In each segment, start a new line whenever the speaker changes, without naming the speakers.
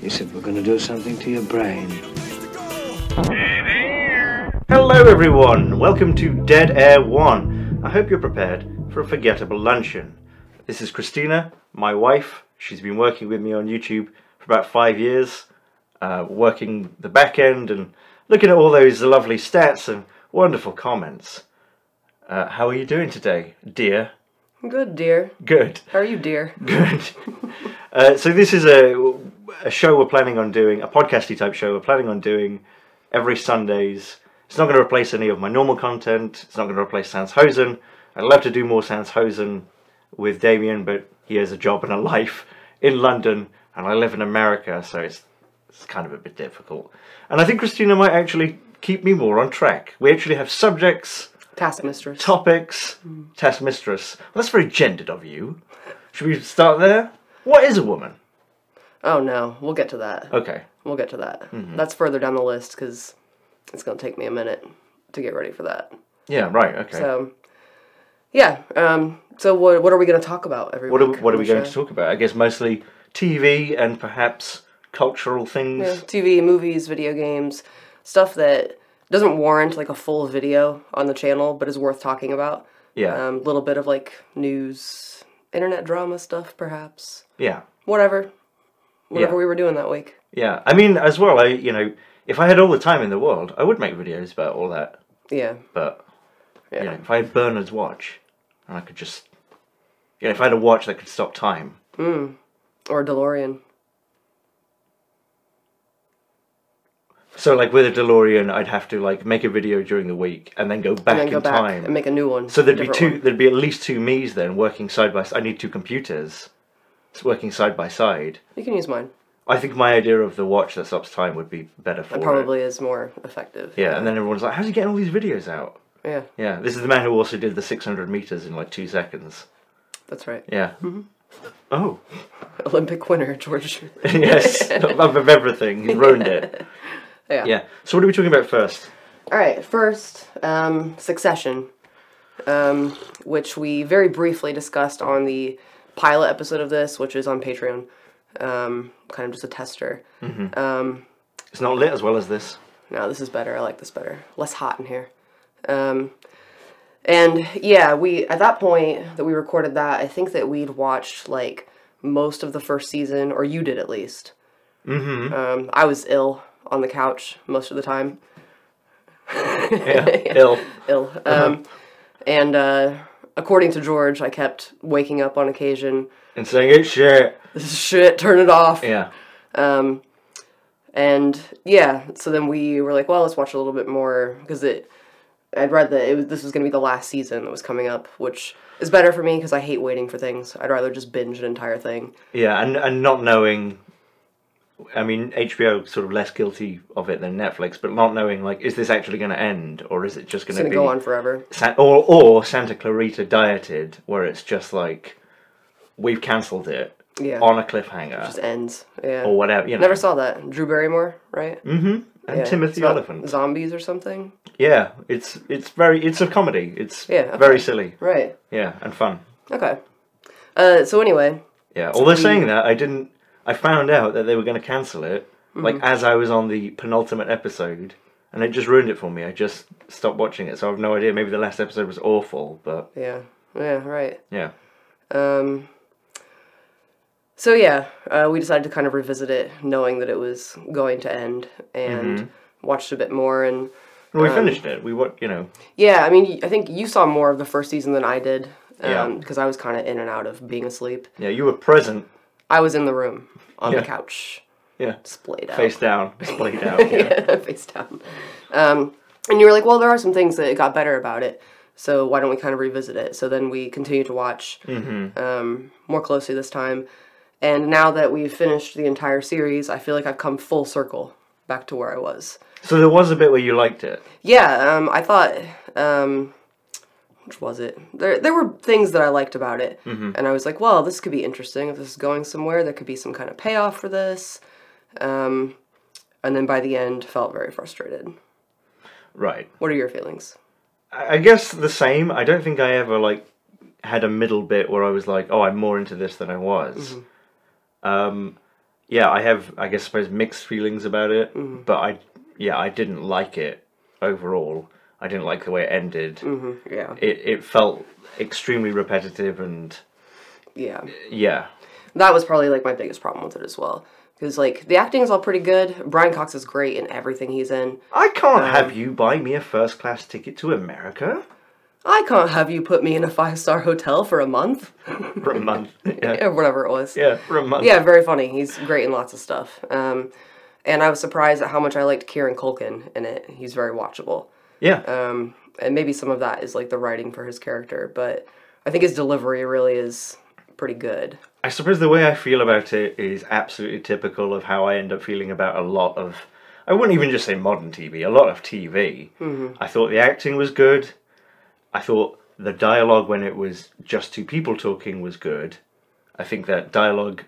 He said, We're going to do something to your brain.
Hello, everyone. Welcome to Dead Air 1. I hope you're prepared for a forgettable luncheon. This is Christina, my wife. She's been working with me on YouTube for about five years, uh, working the back end and looking at all those lovely stats and wonderful comments. Uh, how are you doing today, dear?
Good, dear.
Good.
How are you, dear?
Good. uh, so this is a a show we're planning on doing, a podcasty type show we're planning on doing every Sundays. It's not going to replace any of my normal content. It's not going to replace Sans Hosen. I'd love to do more Sans Hosen with Damien, but he has a job and a life in London, and I live in America, so it's it's kind of a bit difficult. And I think Christina might actually keep me more on track. We actually have subjects
Taskmistress.
topics,
Hmm.
test mistress. Well, that's very gendered of you. Should we start there? What is a woman?
Oh no, we'll get to that.
Okay.
We'll get to that.
Mm-hmm.
That's further down the list because it's gonna take me a minute to get ready for that.
Yeah. Right. Okay.
So, yeah. Um, so what what are we gonna talk about every
what are,
week
what are
on
we
the
going to
show?
talk about? I guess mostly TV and perhaps cultural things.
Yeah, TV, movies, video games, stuff that doesn't warrant like a full video on the channel, but is worth talking about.
Yeah.
Um, little bit of like news, internet drama stuff, perhaps.
yeah.
Whatever. Whatever
Yeah.
we were doing that week.
Yeah. I mean, as well, I you know, if I had all the time in the world, I would make videos about all that.
Yeah.
But
Yeah.
you know, if I had Bernard's watch, and I could just, you know, if I had a watch that could stop time,
Or DeLorean.
So like with a DeLorean, I'd have to like make a video during the week and then go back
and then go
in
back
time.
and make a new one.
so there'd be
different
two.
one.
There'd be at least two me's then working side by. s- I need two computers, it's working side by side.
You can use mine.
I think my idea of the watch that stops time would be better for
It
it.
probably is more effective.
Yeah, and then everyone's like, "How's he getting all these videos out?"
Yeah,
Yeah, this is the man who also did the 600 meters in like two seconds.
that's right.
Yeah.
Mm-hmm.
Oh.
Olympic winner George.
yes. Of everything, he ruined it.
Yeah.
Yeah. So what are we talking about first?
All right. First, um, Succession, um, which we very briefly discussed on the pilot episode of this, which is on Patreon. Um, kind of just a tester.
Mm-hmm.
Um,
It's not lit as well as this.
No, this is better. I like this better. Less hot in here. Um, and yeah, we at that point that we recorded that, I think that we'd watched like most of the first season, or you did at least. Mm-hmm. Um, I was ill on the couch most of the time.
Yeah. Ill.
Ill. Um, and uh, according to George, I kept waking up on occasion.
And saying it's shit.
This is shit. Turn it off.
Yeah.
Um, and yeah, so then we were like, well, let's watch a little bit more because it. I'd read that it was, this was going to be the last season that was coming up, which is better for me because I hate waiting for things. I'd rather just binge an entire thing.
Yeah, and and not knowing. I mean, HBO sort of less guilty of it than Netflix, but not knowing like, is this actually going to end, or is it just going
It's
to
going
be
to go on forever.
Sa- or or Santa Clarita dieted, where it's just like, we've cancelled it
Yeah.
on a cliffhanger
Just ends. Yeah.
or whatever. You know,
Never saw that. Drew Barrymore, right?
and
Yeah. It's
Timothy
about
Oliphant.
Zombies or something.
Yeah, it's it's very it's a comedy. It's
Yeah, okay.
very silly.
Right.
Yeah, and fun.
Okay. Uh, so anyway,
Yeah. Although saying that, I didn't. I found out that they were going to cancel it, like as I was on the penultimate episode, and it just ruined it for me. I just stopped watching it, so I have no idea. Maybe the last episode was awful, but
yeah. Yeah, right.
yeah,
Um, so yeah, uh, we decided to kind of revisit it, knowing that it was going to end, and
Mm-hmm.
watched a bit more. And
well, we finished it. We what you know?
yeah, I mean, y- I think you saw more of the first season than I did,
Yeah.
um, because I was kind of in and out of being asleep.
Yeah, you were present.
I was in the room on
Yeah.
the couch,
Yeah,
splayed out,
face down, splayed out. Yeah.
face down. Um, and you were like, well, there are some things that got better about it, so why don't we kind of revisit it? So then we continued to watch um, more closely this time. And now that we've finished the entire series, I feel like I've come full circle back to where I was.
So there was a bit where you liked it.
Yeah, um, I thought, um, which was it? There, there were things that I liked about it, and I was like, well, this could be interesting. If this is going somewhere, there could be some kind of payoff for this. Um, and then by the end, felt very frustrated.
Right.
What are your feelings?
I I guess the same. I don't think I ever like had a middle bit where I was like, "Oh, I'm more into this than I was." Um, yeah, I have, I guess, I suppose mixed feelings about it, but I, yeah, I didn't like it overall. I didn't like the way it ended.
Yeah.
It it felt extremely repetitive and
Yeah.
yeah,
That was probably like my biggest problem with it as well. Because like the acting's all pretty good. Brian Cox is great in everything he's in.
I can't have you buy me a first class ticket to America
I can't have you put me in a five star hotel for a month
for a month. Yeah,
or whatever it was.
yeah, for a month.
Yeah, very funny. He's great in lots of stuff. Um, and I was surprised at how much I liked Kieran Culkin in it. He's very watchable.
yeah.
Um, and maybe some of that is like the writing for his character, but I think his delivery really is pretty good.
I suppose the way I feel about it is absolutely typical of how I end up feeling about a lot of. I wouldn't even just say modern TV. A lot of TV. I thought the acting was good. I thought the dialogue when it was just two people talking was good. I think that dialogue,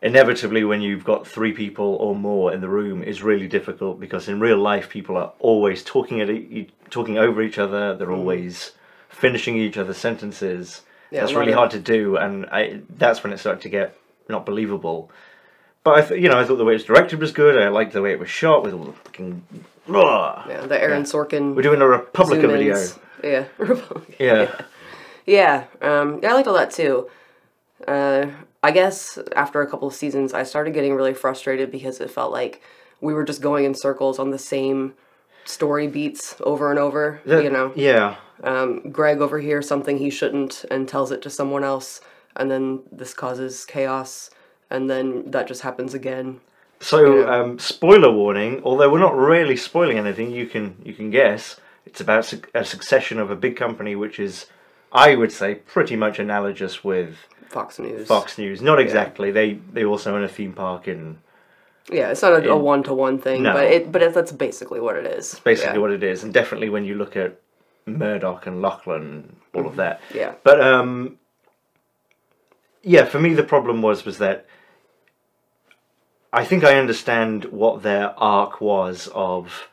inevitably, when you've got three people or more in the room, is really difficult because in real life people are always talking at e- talking over each other. They're
Mm.
always finishing each other's sentences.
Yeah,
that's
a lot
really
of-
hard to do, and I, that's when it started to get not believable. But I, th- you know, I thought the way it was directed was good. I liked the way it was shot with all the fucking.
Yeah, the Aaron Sorkin.
We're doing a Republica video.
zoom-ins. Yeah.
Yeah.
Yeah, um, yeah, I liked all that too. Uh, I guess after a couple of seasons, I started getting really frustrated because it felt like we were just going in circles on the same story beats over and over.
That-
you know,
Yeah.
um, Greg overhears something he shouldn't and tells it to someone else, and then this causes chaos, and then that just happens again.
So,
Yeah.
um, spoiler warning. Although we're not really spoiling anything, you can you can guess. It's about su- a succession of a big company, which is, I would say, pretty much analogous with
Fox News.
Fox News. Not exactly. They they also own a theme park in
Yeah, it's not a one to one thing,
No.
but it but it, that's basically what it is.
basically
yeah.
what it is, and definitely when you look at Murdoch and Lachlan, all of that.
Mm-hmm. Yeah.
But um, yeah, for me the problem was was that I think I understand what their arc was of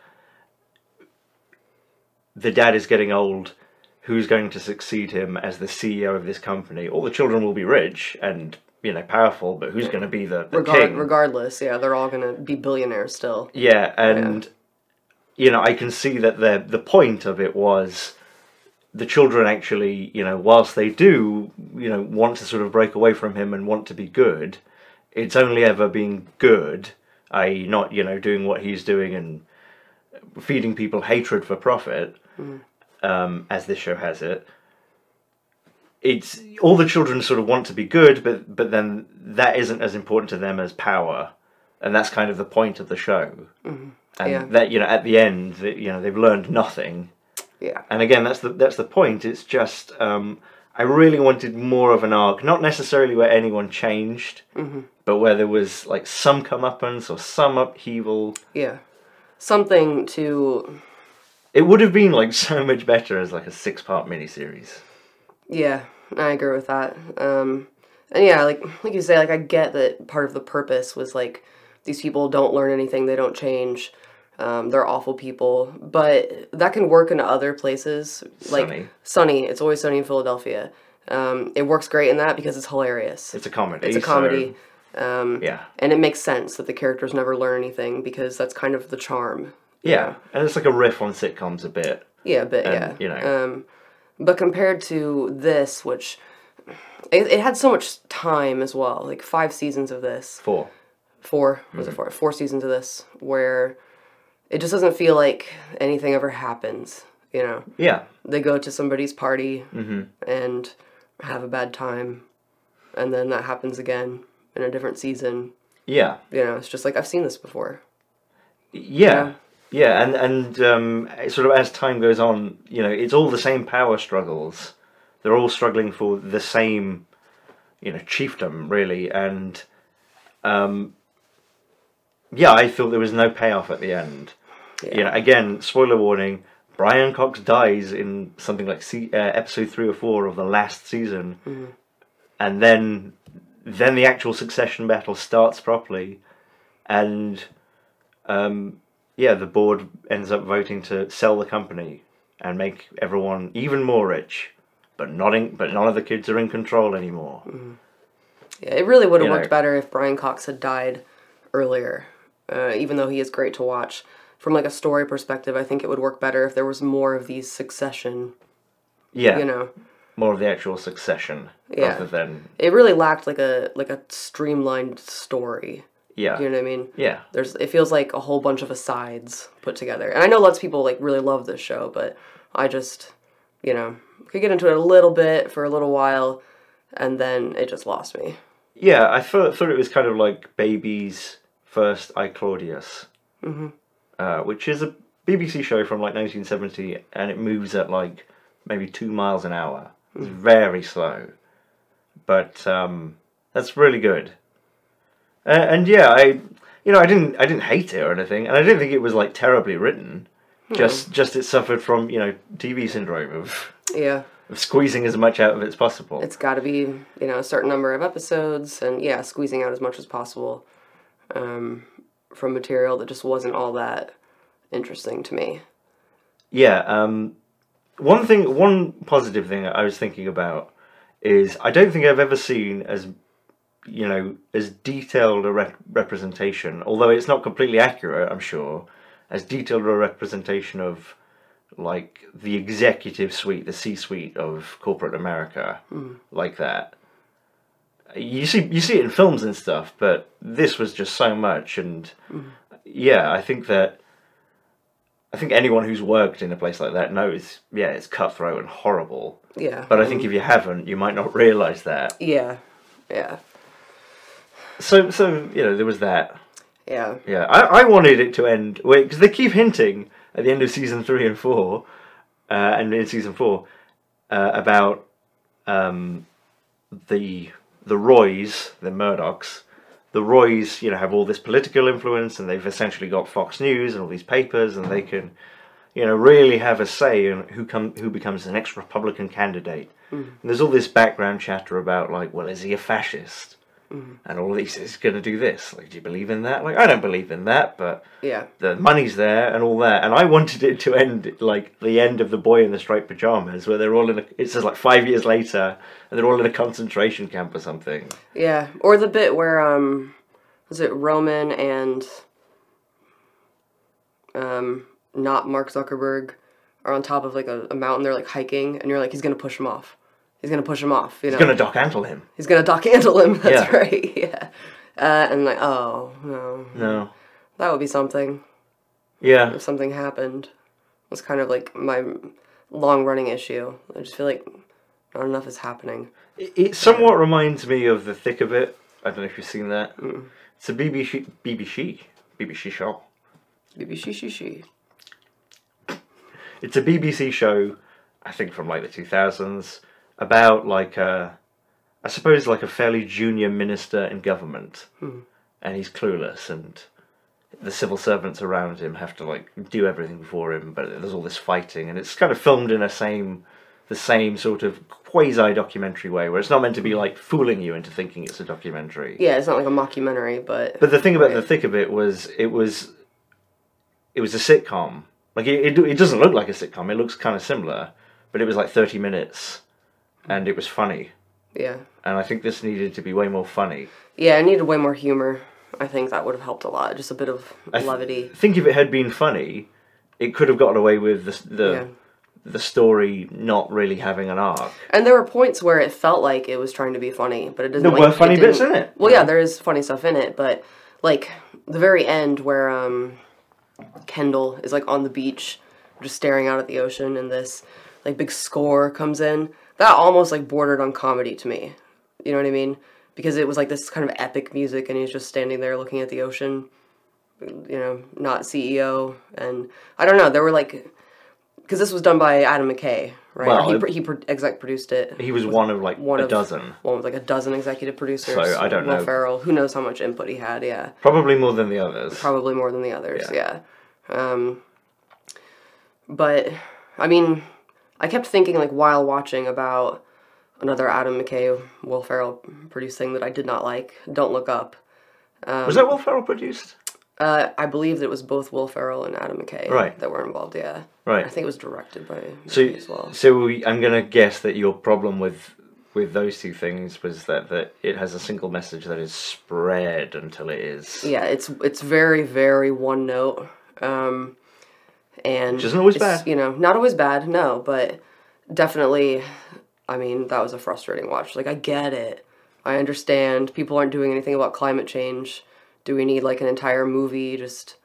the dad is getting old. Who's going to succeed him as the CEO of this company? All the children will be rich and you know powerful, but who's going to be the, the
Regard,
king?
regardless, yeah, they're all gonna be billionaires still.
Yeah, and you know, I can see that the the point of it was the children actually, you know, whilst they do, you know, want to sort of break away from him and want to be good, it's only ever being good, i.e., not you know doing what he's doing and feeding people hatred for profit, um, as this show has it. It's all the children sort of want to be good, but but then that isn't as important to them as power, and that's kind of the point of the show. And
Mm-hmm. Yeah.
that you know, at the end, that you know, they've learned nothing
Yeah.
and again that's the that's the point it's just um, i really wanted more of an arc not necessarily where anyone changed
Mm-hmm.
but where there was like some comeuppance or some upheaval
Yeah. Something to
it would have been like so much better as like a six part miniseries
yeah, I agree with that. Um and yeah, like like you say, like I get that part of the purpose was like these people don't learn anything, they don't change. Um, they're awful people, but that can work in other places. Like
Sunny.
Sunny, it's always sunny in Philadelphia. Um, it works great in that because it's hilarious.
it's a comedy
It's a
so-
comedy. um,
yeah
and it makes sense that the characters never learn anything because that's kind of the charm.
yeah and it's like a riff on sitcoms a bit
Yeah, but yeah,
And, you know.
Um, but compared to this, which it, it had so much time as well, like five seasons of this,
for
four was it four? Four seasons of this, where it just doesn't feel like anything ever happens. You know,
yeah
they go to somebody's party and have a bad time, and then that happens again in a different season.
yeah
You know, it's just like I've seen this before.
yeah yeah and and um, sort of as time goes on you know it's all the same power struggles they're all struggling for the same you know chiefdom really and um yeah i thought there was no payoff at the end you know again spoiler warning brian cox dies in something like se- uh, episode 3 or 4 of the last season and then then the actual succession battle starts properly and um, yeah, the board ends up voting to sell the company and make
Mm.
everyone even more rich, but not in, but none of the kids are in control anymore.
Yeah, it really would have
You
worked
know.
better if Brian Cox had died earlier. Uh, even though he is great to watch, from like a story perspective, I think it would work better if there was more of these succession.
Yeah,
You know,
more of the actual succession
Yeah.
rather than
it really lacked like a like a streamlined story.
yeah,
You know what I mean?
yeah.
There's it feels like a whole bunch of asides put together. And I know lots of people like really love this show, but I just, you know, could get into it a little bit for a little while and then it just lost me.
Yeah, I thought thought it was kind of like Baby's first I Claudius, mm-hmm. uh, which is a BBC show from like 1970, and it moves at like maybe two miles an hour. It's very slow, but um, that's really good. Uh, and yeah, I you know I didn't I didn't hate it or anything, and I didn't think it was like terribly written. Just just it suffered from you know TV syndrome of,
Yeah.
of squeezing as much out of it as possible.
It's got to be, you know, a certain number of episodes and yeah, squeezing out as much as possible um, from material that just wasn't all that interesting to me.
Yeah. Um, one thing, one positive thing I was thinking about is I don't think I've ever seen as you know as detailed a rep- representation, although it's not completely accurate, I'm sure, as detailed a representation of like the executive suite, the C-suite of corporate America, like that. You see, you see it in films and stuff, but this was just so much, and yeah, I think that I think anyone who's worked in a place like that knows, yeah, it's cutthroat and horrible.
Yeah.
But I think if you haven't, you might not realise that.
Yeah. Yeah.
So, so you know, there was that.
Yeah.
Yeah, I, I wanted it to end because they keep hinting at the end of season three and four, uh, and in season four, uh, about um, the the Roys, the Murdochs. The Roys, you know, have all this political influence, and they've essentially got Fox News and all these papers, and they can, you know, really have a say in who come who becomes the next Republican candidate. And there's all this background chatter about like, well, is he a fascist? and all these is going to do this. Like, do you believe in that? Like, I don't believe in that, but
Yeah.
the money's there and all that. And I wanted it to end at, like the end of the boy in the striped pajamas, where they're all in. A, it says like five years later, and they're all in a concentration camp or something.
Yeah. Or the bit where um was it Roman and um not Mark Zuckerberg are on top of like a, a mountain, they're like hiking and you're like, he's gonna push him off. He's gonna push him off, you know.
It's going to Doc Antle him.
He's gonna dock handle him, that's
Yeah.
right. Yeah. Uh, and like, oh no.
No.
That would be something
Yeah.
if something happened. It's kind of like my long running issue. I just feel like not enough is happening.
It, it somewhat reminds me of the thick of it. I don't know if you've seen that. It's a BBC BBC BBC show.
Maybe she she she.
it's a BBC show, I think from like the two thousands, about like a, I suppose like a fairly junior minister in government, and he's clueless, and the civil servants around him have to like do everything for him, but there's all this fighting, and it's kind of filmed in a same, the same sort of quasi documentary way, where it's not meant to be like fooling you into thinking it's a documentary.
Yeah, it's not like a mockumentary, but
But the thing about the thick of it was it was it was a sitcom. Like it, it, do- it doesn't look like a sitcom. It looks kind of similar, but it was like thirty minutes, and it was funny.
yeah.
And I think this needed to be way more funny.
Yeah, I needed way more humor. I think that would have helped a lot. Just a bit of
I th-
levity.
think if it had been funny, it could have gotten away with the s- the,
Yeah.
the story not really having an arc.
And there were points where it felt like it was trying to be funny, but it didn't.
There
like,
were funny
it didn't-
bits in it.
Well, yeah, there is funny stuff in it, but like the very end where um, Kendall is like on the beach, just staring out at the ocean, and this like big score comes in. That almost like bordered on comedy to me. You know what I mean? Because it was like this kind of epic music, and he's just standing there looking at the ocean. You know, not CEO, and I don't know. There were like, because this was done by Adam McKay, right?
Well,
he
it-
pr- he pro- exec produced it
He was one of like
one
a
of
dozen,
one with like a dozen executive producers.
So, I don't
Will
know.
Ferrell, who knows how much input he had? Yeah,
probably more than the others.
probably more than the others.
Yeah.
Yeah. Um, but I mean, I kept thinking like while watching about another Adam McKay, Will Ferrell produced thing that I did not like. Don't look up.
was that Will Ferrell produced?
Uh, I believe that it was both Will Ferrell and Adam McKay
Right.
that were involved. Yeah.
Right.
I think it was directed by
So,
McKay as well.
so we, I'm gonna guess that your problem with
with those two things was that, that it has a single message that is spread until it is.
yeah it's it's very very one note um and
Which isn't always
it's,
bad.
you know not always bad no but definitely i mean that was a frustrating watch like i get it i understand people aren't doing anything about climate change do we need like an entire movie just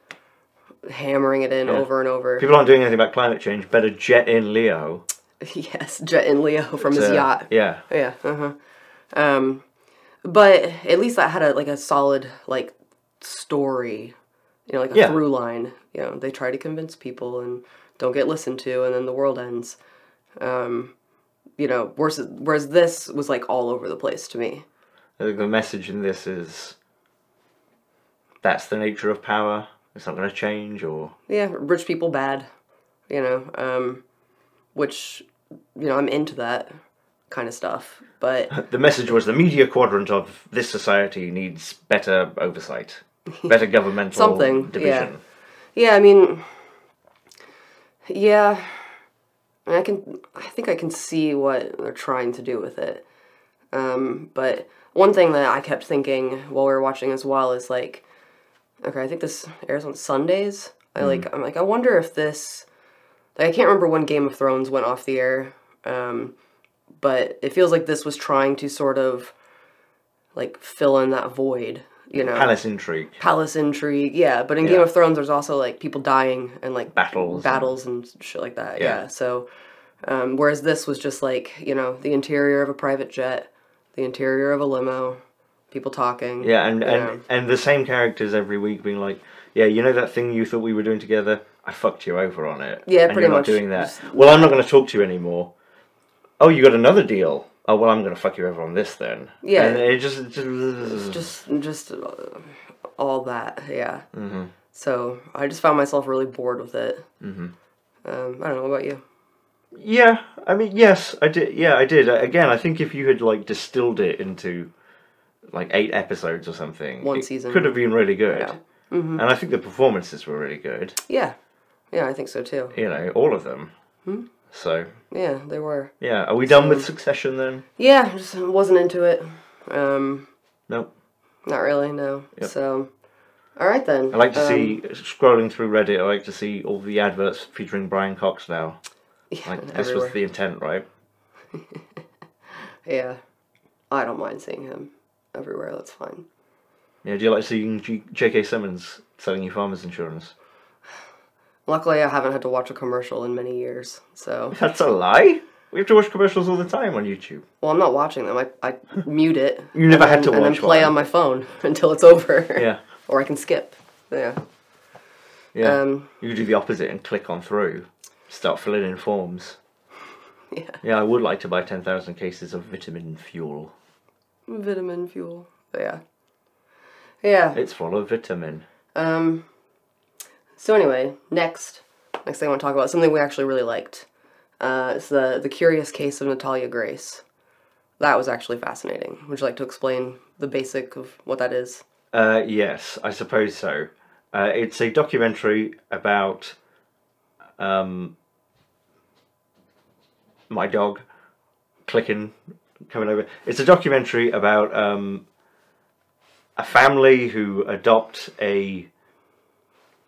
hammering it in over and over
People aren't doing anything about climate change. Better jet in Leo.
yes jet and leo from his
Uh,
yacht
Yeah.
Yeah. Uh-huh. Um, but at least that had a like a solid like story, you know, like a
Yeah.
through line. You know, they try to convince people and don't get listened to, and then the world ends. Um, you know, whereas whereas this was like all over the place to me.
I think the message in this is that's the nature of power. It's not going to change, or
Yeah, rich people bad. You know, um, which you know I'm into that kind of stuff, but
the message was the media quadrant of this society needs better oversight, better governmental
Something,
division.
Yeah, I mean, yeah, and I can. I think I can see what they're trying to do with it. Um, but one thing that I kept thinking while we were watching as well is like, okay, I think this airs on Sundays. I like. I'm like. I wonder if this. Like, I can't remember when Game of Thrones went off the air, um, but it feels like this was trying to sort of like fill in that void. You know,
Palace intrigue.
palace intrigue. Yeah, but in Game
Yeah.
of Thrones, there's also like people dying and like
Battles and-
battles and shit like that. Yeah.
Yeah.
So, um, whereas this was just like you know the interior of a private jet, the interior of a limo, people talking.
Yeah, and,
Yeah.
and and the same characters every week being like, yeah, you know that thing you thought we were doing together? I fucked you over on it.
Yeah,
and
pretty
you're
much.
not doing that. Well, I'm not going to talk to you anymore. Oh, you got another deal. Oh, well, I'm going to fuck you over on this then.
Yeah.
and it just, just
Just just uh, all that. Yeah. Mm-hmm. So I just found myself really bored with it. Mm-hmm. Um, I don't know what about you.
Yeah, I mean, yes, I did. Yeah, I did. Uh, Again, I think if you had like distilled it into like eight episodes or something,
One
it
season.
could have been really good.
Yeah. Mm-hmm.
And I think the performances were really good.
Yeah. Yeah, I think so too.
You know, all of them.
Hmm?
So
Yeah, they were.
yeah, are we done with Succession then?
Yeah, just wasn't into it. Um,
Nope.
Not really, no.
Yep.
So, all right then.
I like to
Um,
see scrolling through Reddit. I like to see all the adverts featuring Brian Cox now.
yeah,
Like this
everywhere.
was the intent, right?
Yeah, I don't mind seeing him everywhere. That's fine.
Yeah. Do you like seeing G- J.K. Simmons selling you farmers insurance?
Luckily, I haven't had to watch a commercial in many years. So,
That's a lie. We have to watch commercials all the time on YouTube.
well, I'm not watching them. I, I mute it.
You never
and
had
then-
to
Um, And
watch
then play
one.
on my phone until it's over.
Yeah.
or I can skip. Yeah.
Yeah.
Um,
you could do the opposite and click on through. Start filling in forms.
Yeah.
Yeah, I would like to buy 10,000 cases of vitamin fuel.
Vitamin fuel. Yeah. Yeah.
It's full of vitamin.
Um, so anyway, next, next thing I want to talk about something we actually really liked. Uh, it's the the Curious Case of Natalia Grace. That was actually fascinating. Would you like to explain the basic of what that is?
Uh, yes, I suppose so. Uh, it's a documentary about um, my dog clicking, coming over. It's a documentary about um, a family who adopt a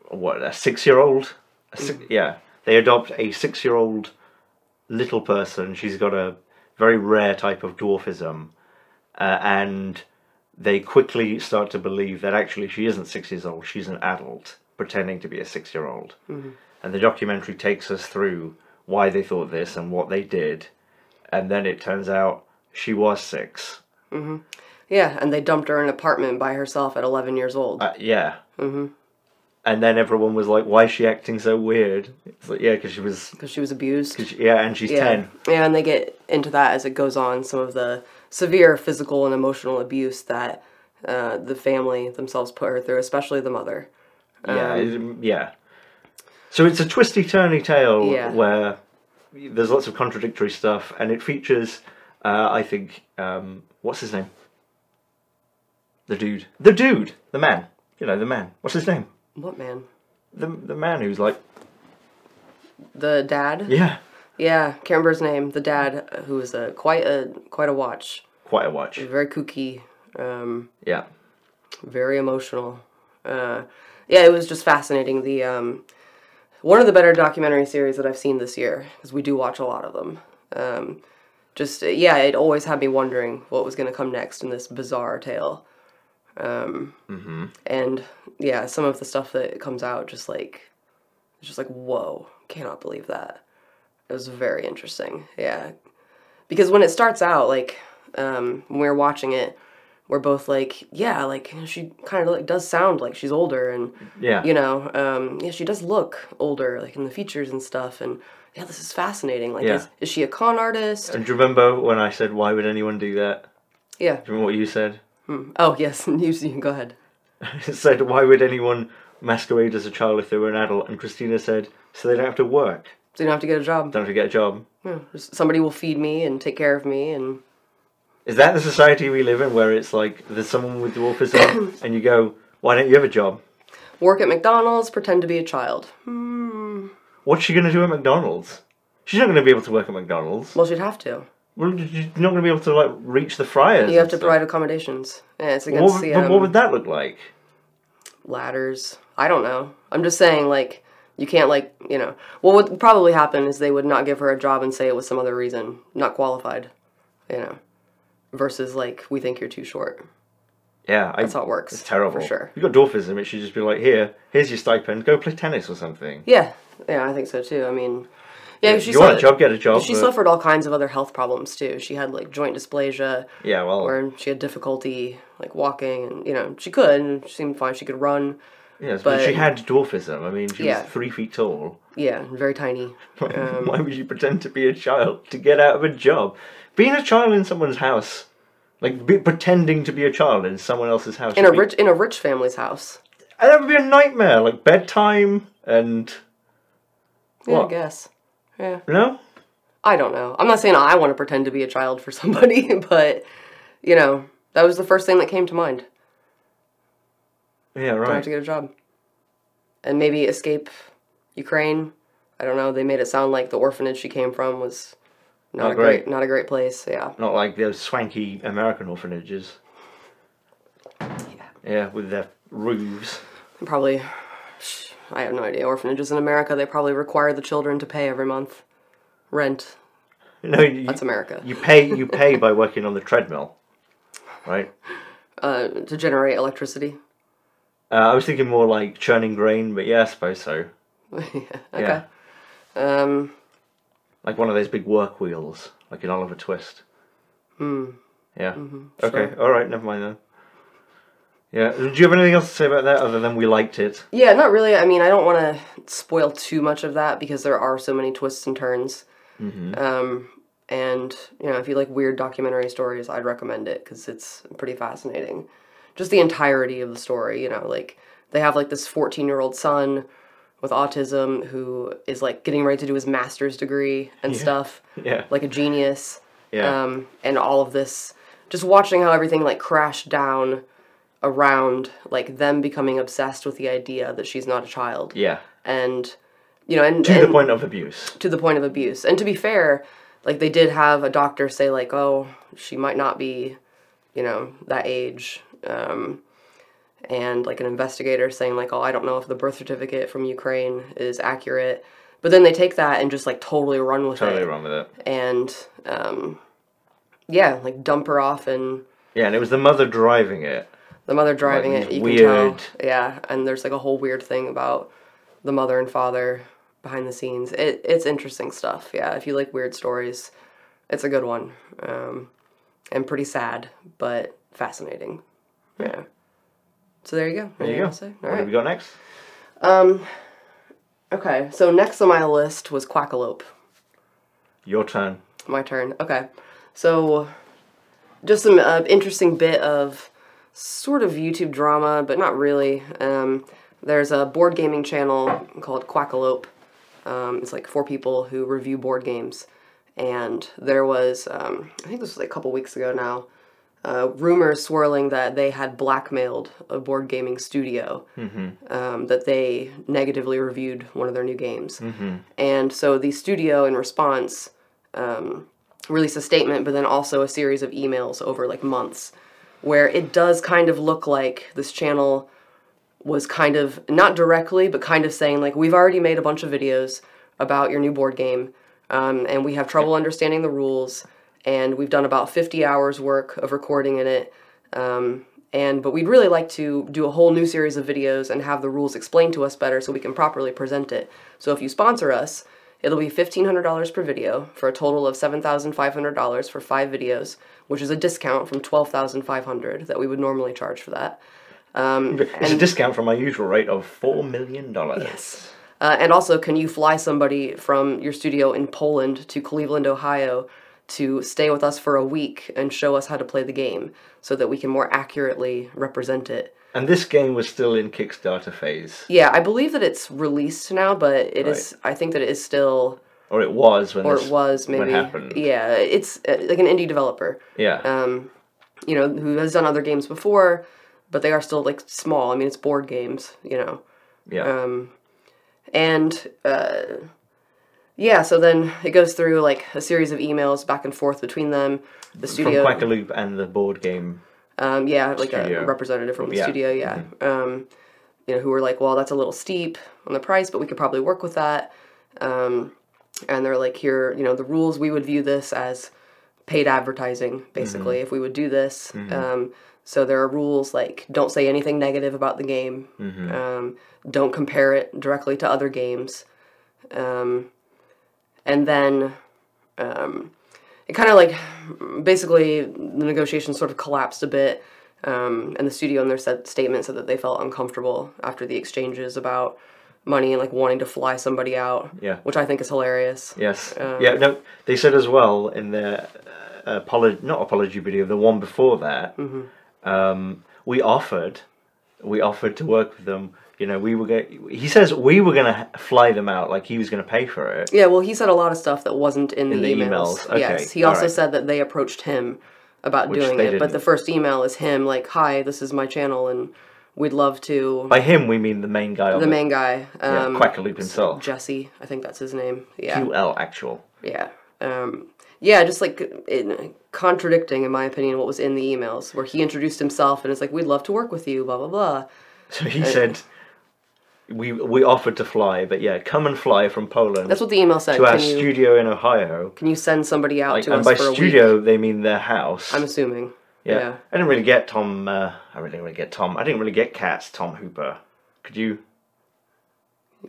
what a six-year-old. A si Yeah, they adopt a six-year-old little person. She's got a very rare type of dwarfism, uh, and they quickly start to believe that actually she isn't six years old, she's an adult pretending to be a six year old. And the documentary takes us through why they thought this and what they did. And then it turns out she was six.
Yeah, and they dumped her in an apartment by herself at 11 years old.
Uh, yeah. Mm-hmm. And then everyone was like, why is she acting so weird? It's like, yeah, because she was.
because she was abused.
'cause she- yeah, and she's
yeah.
10.
Yeah, and they get into that as it goes on. Some of the severe physical and emotional abuse that uh, the family themselves put her through, especially the mother.
Yeah,
Um,
it- yeah. So it's a twisty turny tale
Yeah.
where there's lots of contradictory stuff, and it features, uh, I think, um, what's his name? The dude. The dude. The man. You know, the man. What's his name?
What man?
The the man who's like,
The dad?
yeah,
Yeah, can't remember his name. The dad, uh, who was a quite a quite a watch,
Quite a watch.
very kooky, um,
Yeah.
very emotional. Uh, yeah, it was just fascinating. The um, one of the better documentary series that I've seen this year because we do watch a lot of them. Um, just uh, yeah, it always had me wondering what was going to come next in this bizarre tale. Um, And yeah, some of the stuff that comes out just like, it's just like whoa, cannot believe that. It was very interesting. Yeah. Because when it starts out, like, um, when we were watching it, we're both like, yeah, like, you know, she kind of like does sound like she's older and,
Yeah.
you know, um, yeah, she does look older, like in the features and stuff. And yeah, this is fascinating. Like,
Yeah.
is, is she a con artist?
And do you remember when I said, why would anyone do that?
Yeah.
Do you remember what you said?
Oh, yes. You, you can go ahead.
It said, why would anyone masquerade as a child if they were an adult? And Christina said, so they don't have to work,
So you don't have to get a job.
don't have to get a job.
Yeah, just somebody will feed me and take care of me. And
Is that the society we live in where it's like there's someone with dwarfism and you go, why don't you have a job?
work at McDonald's, pretend to be a child.
What's she going to do at McDonald's? She's not going to be able to work at McDonald's.
Well, she'd have to.
Well, She's not going to be able to like reach the fryers.
You have to
and
provide accommodations. Yeah, it's
stuff.
against
What, would-
the
but
um,
what would that look like?
ladders. I don't know. I'm just saying, like, you can't, like, you know. What would probably happen is they would not give her a job and say it was some other reason, not qualified, you know, versus, like, we think you're too short.
Yeah, I,
That's how it works. It's
terrible.
For sure.
You got dwarfism. It should just be like, here, here's your stipend. Go play tennis or something.
Yeah. Yeah, I think so too. I mean, yeah, she
you want a
suffered-
job? Get a job.
She
but-
suffered all kinds of other health problems too. She had like joint dysplasia,
Yeah, well,
where she had difficulty like walking, and you know she could and she seemed fine. She could run,
yes, but,
but-
she had dwarfism. I mean, she
Yeah.
was three feet tall.
yeah, and very tiny. Um,
Why would you pretend to be a child to get out of a job? Being a child in someone's house, like be, pretending to be a child in someone else's house,
In
would
a
be-
rich in a rich family's house,
and that would be a nightmare. Like bedtime and
yeah, I
What?
guess.
no,
I don't know. I'm not saying I want to pretend to be a child for somebody, but you know, that was the first thing that came to mind.
yeah,
I have
right.
to get a job. And maybe escape Ukraine. I don't know. They made it sound like the orphanage she came from was not,
Not
a great.
great.
not a great place. Yeah.
Not like those swanky American orphanages. Yeah, with their roofs.
And probably I have no idea. Orphanages in America, they probably require the children to pay every month rent.
No, you,
That's America.
you pay. You pay by working on the treadmill, right?
Uh, to generate electricity.
Uh, I was thinking more like churning grain, but yeah, I suppose so.
yeah.
Yeah.
Okay. Um
Like one of those big work wheels, like in Oliver Twist. Hmm. Yeah.
Mm-hmm.
okay. All right. Never mind then. Yeah. Do you have anything else to say about that other than we liked it?
Yeah, not really. I mean, I don't want to spoil too much of that because there are so many twists and turns.
Mm-hmm.
Um, and you know, if you like weird documentary stories, I'd recommend it because it's pretty fascinating. Just the entirety of the story, you know, like they have like this fourteen-year-old son with autism who is like getting ready to do his master's degree and stuff,
Yeah.
like a genius.
Yeah.
Um, and all of this, just watching how everything like crashed down around like them becoming obsessed with the idea that she's not a child
yeah.
and you know and
To the
and
point of abuse.
to the point of abuse and to be fair like they did have a doctor say like oh she might not be you know that age um, and like an investigator saying like oh i don't know if the birth certificate from ukraine is accurate but then they take that and just like totally run with
Totally
it
wrong with it.
and um, yeah like dump her off and
Yeah, and it was the mother driving it.
the mother driving
Like,
it you can
weird.
tell yeah and there's like a whole weird thing about the mother and father behind the scenes it, it's interesting stuff yeah if you like weird stories it's a good one um, and pretty sad but fascinating yeah so there you go
There you
Anything
go.
else to say?
what
all
have we
right
got next?
okay so next on my list was quackalope
Your turn.
My turn. Okay. So, just some uh, interesting bit of sort of YouTube drama, but not really. Um, there's a board gaming channel called Quackalope. Um, it's like four people who review board games. And there was, um, I think this was like a couple weeks ago now, uh, rumors swirling that they had blackmailed a board gaming studio um, that they negatively reviewed one of their new games. And so the studio, in response, um, released a statement, but then also a series of emails over like months where it does kind of look like this channel was kind of not directly, but kind of saying like we've already made a bunch of videos about your new board game, um, and we have trouble understanding the rules, and we've done about 50 hours work of recording in it, um, and but we'd really like to do a whole new series of videos and have the rules explained to us better so we can properly present it. So if you sponsor us. It'll be $1,500 per video for a total of $7,500 for five videos, which is a discount from $12,500 that we would normally charge for that.
It's a discount from my usual rate of four million dollars.
Yes. Uh, and also, can you fly somebody from your studio in Poland to Cleveland, Ohio, to stay with us for a week and show us how to play the game so that we can more accurately represent it?
And this game was still in Kickstarter phase,
Yeah, I believe that it's released now, but it is. I think that it is still,
or it was when
or
this
it was maybe.
when happened.
Yeah, it's uh, like an indie developer.
Yeah.
um, you know, who has done other games before, but they are still like small. I mean, it's board games, you know.
Yeah.
Um, and uh, yeah, so then it goes through like a series of emails back and forth between them, the
from
studio.
Quackaloop and the board game.
um, yeah, like
Studio.
a representative from the
Yeah. Mm-hmm.
studio. Yeah. Um, you know, who were like, well, that's a little steep on the price, but we could probably work with that. Um, and they're like, here, you know, the rules, we would view this as paid advertising, basically,
Mm-hmm.
if we would do this. Um, so there are rules like don't say anything negative about the game,
Mm-hmm.
um, don't compare it directly to other games. Um, and then um, it kind of like basically the negotiations sort of collapsed a bit. Um, and the studio in their set statement said that they felt uncomfortable after the exchanges about money and like wanting to fly somebody out,
Yeah.
which I think is hilarious.
Yes.
Uh.
yeah. No, they said as well in their uh, apology, not apology video, the one before that.
Mm-hmm.
Um, we offered, we offered to work with them. You know, we were going. He says we were going to fly them out, like he was going to pay for it.
Yeah, well, he said a lot of stuff that wasn't in the,
the
emails.
emails, okay,
Yes, he
all
also
right.
said that they approached him about doing
they
it, but
didn't.
the first email is him like, "Hi, this is my channel, and we'd love to."
By him, we mean the main guy.
the main guy,
yeah,
um,
Quackaloop himself.
Jesse, I think that's his name. Yeah,
QL actual.
yeah, um, yeah. Just like in, contradicting, in my opinion, what was in the emails, where he introduced himself and is like, "We'd love to work with you," blah blah blah.
So he said, we we offered to fly, but yeah, come and fly from Poland
That's what the email said.
to our
Can you
studio in Ohio.
can you send somebody out to
And
us
by
for a week?
studio, they mean their house.
I'm assuming.
Yeah.
yeah.
I didn't really get Tom. Uh, I really didn't really get Tom. I didn't really get Cats. Tom Hooper. Could you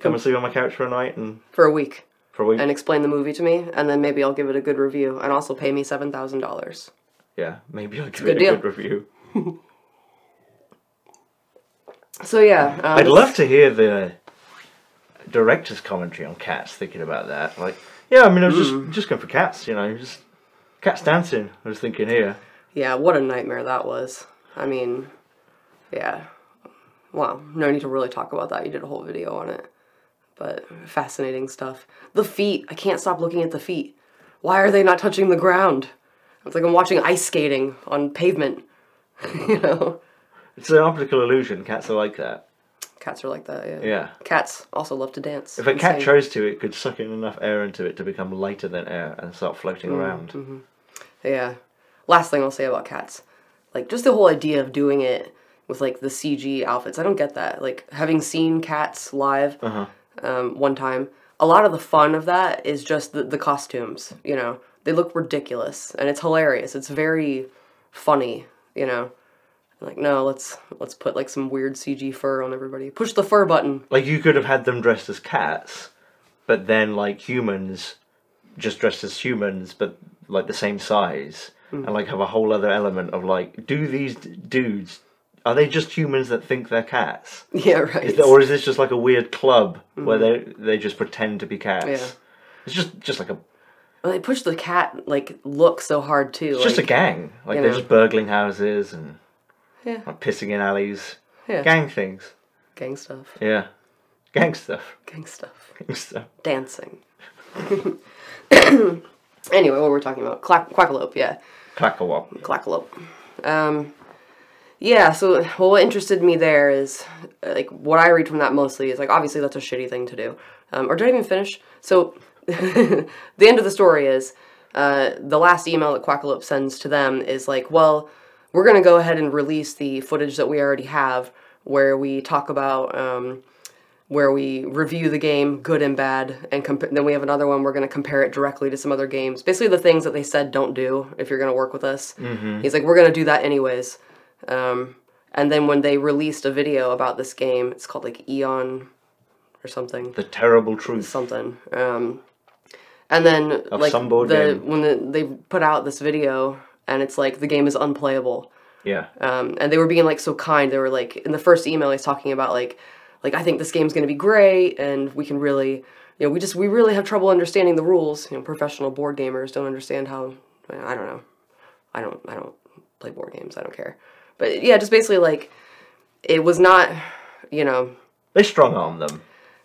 come and sleep on my couch for a night and
for a week.
for a week?
and explain the movie to me, and then maybe I'll give it a good review and also pay me seven thousand dollars.
yeah, maybe I'll give
good
it a
deal.
good review.
So yeah, um,
I'd love to hear the director's commentary on Cats. Thinking about that, like, yeah, I mean, I was
Mm.
just just going for Cats. You know, just Cats dancing. I was thinking here.
Yeah, what a nightmare that was. I mean, yeah. Wow, no need to really talk about that. You did a whole video on it, but fascinating stuff. The feet. I can't stop looking at the feet. Why are they not touching the ground? It's like I'm watching ice skating on pavement. you know,
It's an optical illusion. Cats are like that.
cats are like that. Yeah.
Yeah.
Cats also love to dance.
If a cat chose to, it could suck in enough air into it to become lighter than air and start floating
Mm-hmm.
around.
Yeah. Last thing I'll say about cats. Like just the whole idea of doing it with like the CG outfits. I don't get that. Like having seen cats live
Uh-huh.
um, one time, a lot of the fun of that is just the, the costumes, you know. They look ridiculous and it's hilarious. It's very funny, you know. Like no, let's let's put like some weird CG fur on everybody. Push the fur button.
Like you could have had them dressed as cats, but then like humans, just dressed as humans, but like the same size, and
Mm.
like have a whole other element of like, do these d- dudes are they just humans that think they're cats,
Yeah, right.
Is that- or is this just like a weird club where they they just pretend to be cats?
Mm. Yeah.
It's just just like a
Well, they push the cat like look so hard too.
it's just a gang. Like they're
know.
just burgling houses and
Yeah.
like, pissing in alleys,
Yeah.
gang things.
gang stuff.
Yeah, gang stuff.
Gang stuff.
Gang stuff.
dancing. anyway, what were we talking about? Clack, quackalope, yeah.
Clackawop.
Clackalope. Um, yeah, so well, what interested me there is uh, like what I read from that mostly is like obviously that's a shitty thing to do. Um, or did I even finish? So the end of the story is uh, the last email that Quackalope sends to them is like, well, we're gonna go ahead and release the footage that we already have where we talk about. Um, where we review the game, good and bad, and comp- then we have another one. We're going to compare it directly to some other games. Basically, the things that they said don't do if you're going to work with us.
Mm-hmm.
He's like, we're going to do that anyways. Um, and then when they released a video about this game, it's called like Eon or something
The terrible truth.
something. Um, and then
Of
like
some board
the,
game.
when the, they put out this video, and it's like the game is unplayable.
Yeah.
Um, and they were being like so kind. They were like in the first email, he's talking about like, like I think this game's gonna be great, and we can really, you know, we just we really have trouble understanding the rules. You know, professional board gamers don't understand how. I don't know. I don't. I don't play board games. I don't care. But yeah, just basically like, it was not, you know,
They strong arm them.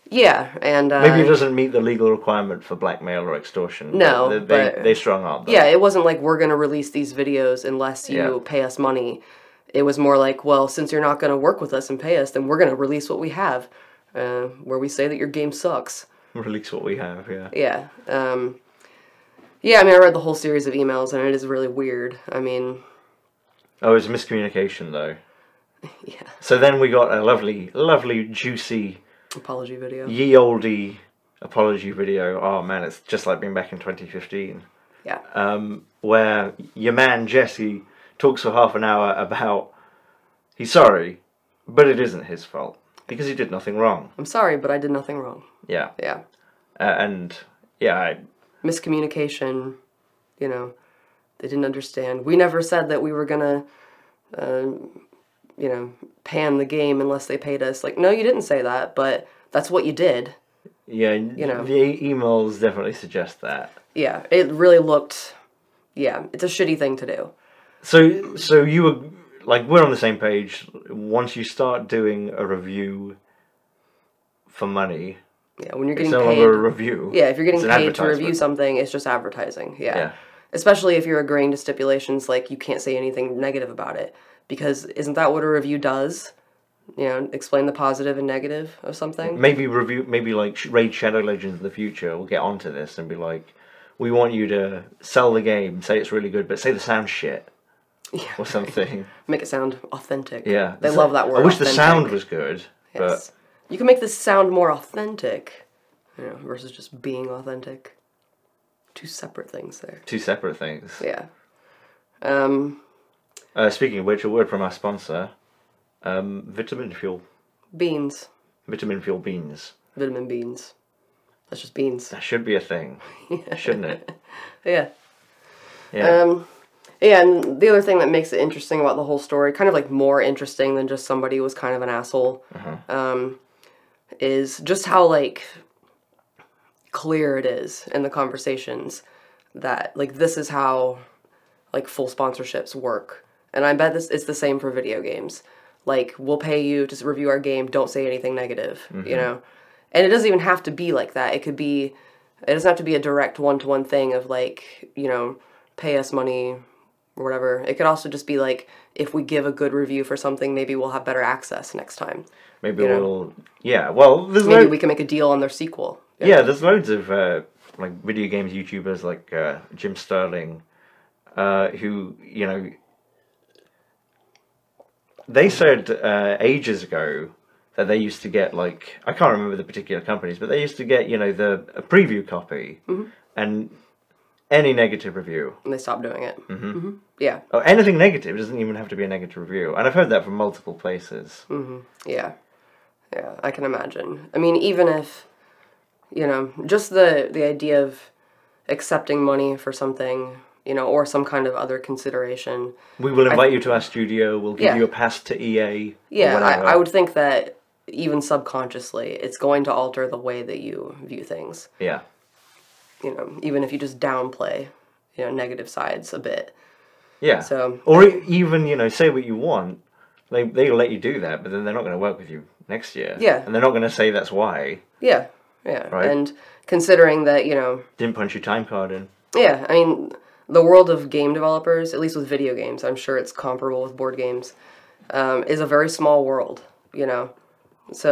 yeah, and uh,
Maybe it doesn't meet the legal requirement for blackmail or extortion.
No,
but they,
but-
they strong arm them.
yeah, it wasn't like we're gonna release these videos unless you
Yeah.
pay us money. It was more like, well, since you're not gonna work with us and pay us, then we're gonna release what we have, uh, where we say that your game sucks.
Release what we have. Yeah.
Yeah, um, yeah. I mean, I read the whole series of emails, and it is really weird. I mean,
Oh, it's miscommunication though.
yeah,
So then we got a lovely, lovely, juicy,
apology video.
ye olde apology video. Oh man, it's just like being back in 2015.
Yeah,
um, where your man Jesse talks for half an hour about he's sorry, but it isn't his fault because he did nothing wrong.
I'm sorry, but I did nothing wrong.
Yeah,
Yeah,
uh, and yeah, I,
miscommunication. You know, they didn't understand. We never said that we were gonna, uh, you know, pan the game unless they paid us. Like, no, you didn't say that, but that's what you did.
yeah,
know.
the e- emails definitely suggest that.
Yeah, it really looked. Yeah, it's a shitty thing to do.
So, so you were like, we're on the same page. Once you start doing a review for money,
Yeah, when you're
it's
getting
no
paid.
longer a review.
Yeah, if you're getting
It's an
paid to review
advertisement.
something, it's just advertising. Yeah.
Yeah.
Especially if you're agreeing to stipulations like you can't say anything negative about it. Because isn't that what a review does? You know, explain the positive and negative of something.
maybe review maybe like Sh- raid shadow legends in the future we'll get onto this and be like we want you to sell the game say it's really good but say the sound shit
Yeah.
or something
Make it sound authentic.
yeah
They
It's
love
like-
that word.
i wish the
authentic.
sound was good
Yes. You can make this sound more authentic, you know, versus just being authentic. Two separate things there.
but two separate things
Yeah. Um,
uh, speaking of which a word from our sponsor um, vitamin fuel
beans.
vitamin fuel beans
Vitamin beans. That's just beans.
that should be a thing shouldn't it
Yeah.
yeah
Um, yeah, and the other thing that makes it interesting about the whole story, kind of like more interesting than just somebody who was kind of an asshole, um, is just how like clear it is in the conversations that like this is how like full sponsorships work, and I bet this it's the same for video games. Like we'll pay you to review our game. Don't say anything negative, you know. And it doesn't even have to be like that. It could be it doesn't have to be a direct one to one thing of like, you know, pay us money or whatever. It could also just be like, if we give a good review for something, maybe we'll have better access next time.
maybe
you know.
we'll yeah well there's
Maybe
no-
we can make a deal on their sequel.
yeah, there's loads of uh, like video games YouTubers like uh, Jim Sterling, uh, who you know. They said uh, ages ago that they used to get like I can't remember the particular companies, but they used to get you know the a preview copy
Mm-hmm.
and any negative review
And they stopped doing it. Mm-hmm. Yeah.
or anything negative it doesn't even have to be a negative review, and I've heard that from multiple places.
Mm. Yeah. Yeah, I can imagine. I mean, even if you know, just the the idea of accepting money for something, you know, or some kind of other consideration.
We will invite you to our studio. We'll give
Yeah.
you a pass to EA. or
Yeah,
whatever.
I, I would think that even subconsciously, it's going to alter the way that you view things.
Yeah.
You know, even if you just downplay, you know, negative sides a bit.
Yeah.
So-
or e- even you know say what you want, they they let you do that, but then they're not going to work with you next year.
Yeah.
And they're not going to say that's why
Yeah, yeah.
Right.
And considering that, you know,
didn't punch your time card in.
yeah, I mean, the world of game developers, at least with video games, I'm sure it's comparable with board games, um, is a very small world, you know. So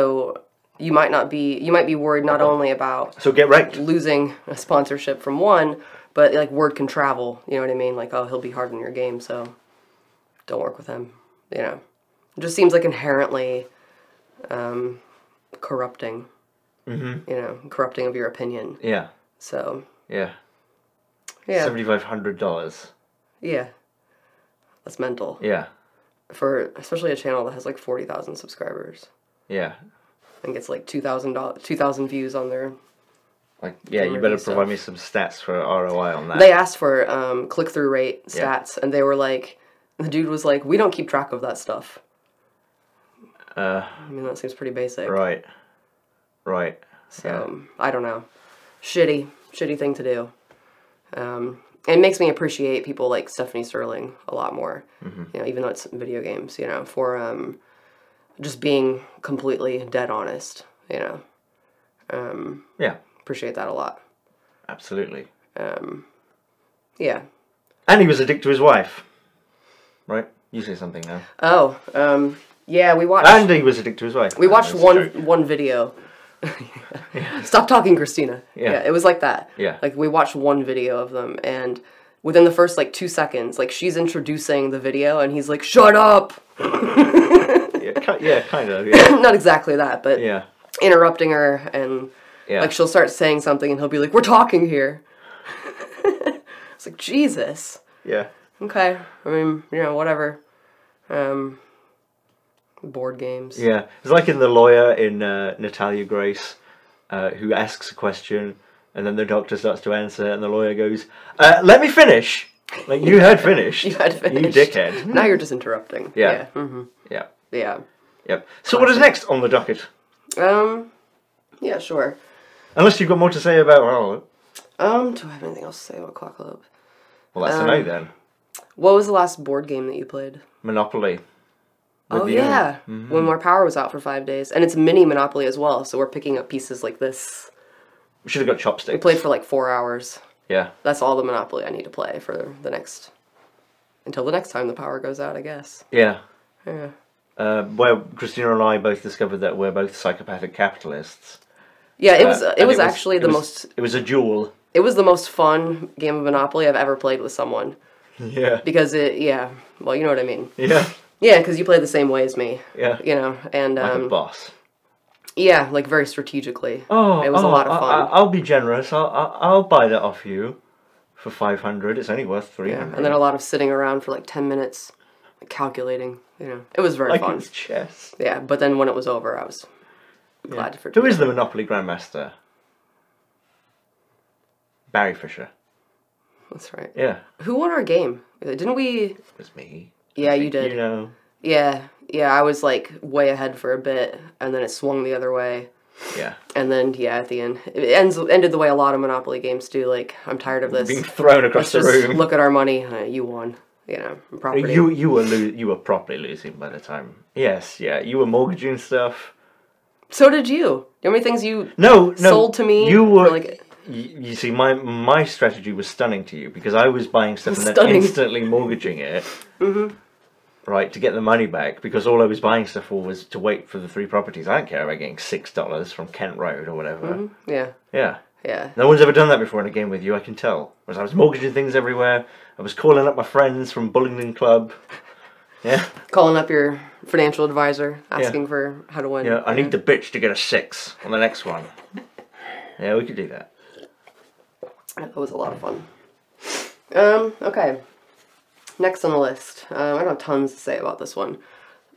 you might not be you might be worried not only about
So get wrecked.
losing a sponsorship from one, but like word can travel. You know what I mean? Like, oh, he'll be hard in your game, so don't work with him. You know, it just seems like inherently um, corrupting. Mm-hmm. You know, corrupting of your opinion.
Yeah,
So
yeah.
yeah,
Seventy five hundred dollars.
yeah, that's mental
Yeah,
for especially a channel that has like forty thousand subscribers
yeah.
and gets like two thousand dollars, two thousand views on their
Like yeah, you
Review
better
stuff.
provide me some stats for ROI on that.
They asked for um, click through rate
Yeah.
stats, and they were like, the dude was like, we don't keep track of that stuff.
Uh,
I mean, that seems pretty basic.
right, right.
So I don't know. Shitty, shitty thing to do. Um, it makes me appreciate people like Stephanie Sterling a lot more. You know, even though it's video games, you know, for um, just being completely dead honest. You know,
Yeah,
appreciate that a lot.
absolutely.
Yeah.
And he was a dick to his wife. Right? You say something now.
Oh, um, yeah, we watched.
And he was a dick to his wife.
We watched
That's a
one
joke.
one video. Stop talking, Christina.
Yeah.
it was like that.
Yeah.
Like we watched one video of them and within the first like 2 seconds, like she's introducing the video and he's like, "Shut up."
Yeah, ki- yeah, kind of. Yeah.
Not exactly that, but
yeah.
interrupting her and
Yeah.
like she'll start saying something and he'll be like, "We're talking here." it's like, "Jesus."
yeah.
Okay. I mean, you know, whatever. Um board games.
Yeah. It's like in The Lawyer in uh, Natalia Grace, uh, who asks a question and then the doctor starts to answer and the lawyer goes, uh, Let me finish. Like, you had finished.
You had finished.
You dickhead.
Now you're just interrupting.
Yeah.
Yeah. mhm,
Yeah.
yeah.
Yep. So, what is next on the docket?
Um, yeah, sure.
Unless you've got more to say about. Well,
Um, do I have anything else to say about Clock Club?
well that's
Um,
a no then.
What was the last board game that you played?
Monopoly.
oh yeah,
Mm-hmm.
when our power was out for five daes, and it's mini Monopoly as well. So we're picking up pieces like this.
We should have got
We
chopsticks.
played for like four hours.
Yeah.
That's all the Monopoly I need to play for the next, until the next time the power goes out, I guess.
Yeah.
Yeah.
uh, where Christina and I both discovered that we're both psychopathic capitalists.
Yeah, it was
Uh,
it
and
was actually
it
the
was-
most
It was a duel.
it was the most fun game of Monopoly I've ever played with someone
Yeah.
because it yeah well you know what I mean
Yeah.
yeah because you play the same way as me
Yeah.
you know and
Like
um,
a boss.
Yeah, like very strategically.
Oh,
it was
oh,
a lot of
I,
fun.
I, will be generous. I'll, I'll, I'll buy that off you for five hundred. It's only worth three
yeah,
hundred.
and then a lot of sitting around for like ten minutes, calculating. You know, it was very
like
fun.
it's chess.
Yeah, but then when it was over, I was glad for.
Who is the Monopoly Grandmaster? Barry Fisher.
That's right.
Yeah,
Who won our game? Didn't we?
it was me.
Yeah, you did.
You know.
Yeah, yeah. I was like way ahead for a bit, and then it swung the other way.
Yeah.
And then yeah, at the end, it ends ended the way a lot of Monopoly games do. Like I'm tired of this.
Being thrown
Let's
across the
just
room.
look at our money. Uh, you won. You know, property.
You you were lo- you were properly losing by the time. Yes, yeah. You were mortgaging stuff.
so did you. The only things you
no, no,
sold to me
You
for,
were
like-
y- you see, my my strategy was stunning to you because I was buying stuff and then
Stunning. Mm-hmm.
instantly mortgaging it, right, to get the money back. Because all I was buying stuff for was to wait for the three properties. I don't care about getting six dollars from Kent Road or whatever.
Yeah,
Yeah,
yeah.
no one's ever done that before in a game with you. I can tell. Whereas I was mortgaging things everywhere. I was calling up my friends from Bullingdon Club. Yeah,
calling up your financial advisor, asking for how to win.
yeah. I need the bitch to get a six on the next one. Yeah, we could do that.
That was a lot of fun. Um, okay. Next on the list. Um, I don't have tons to say about this one.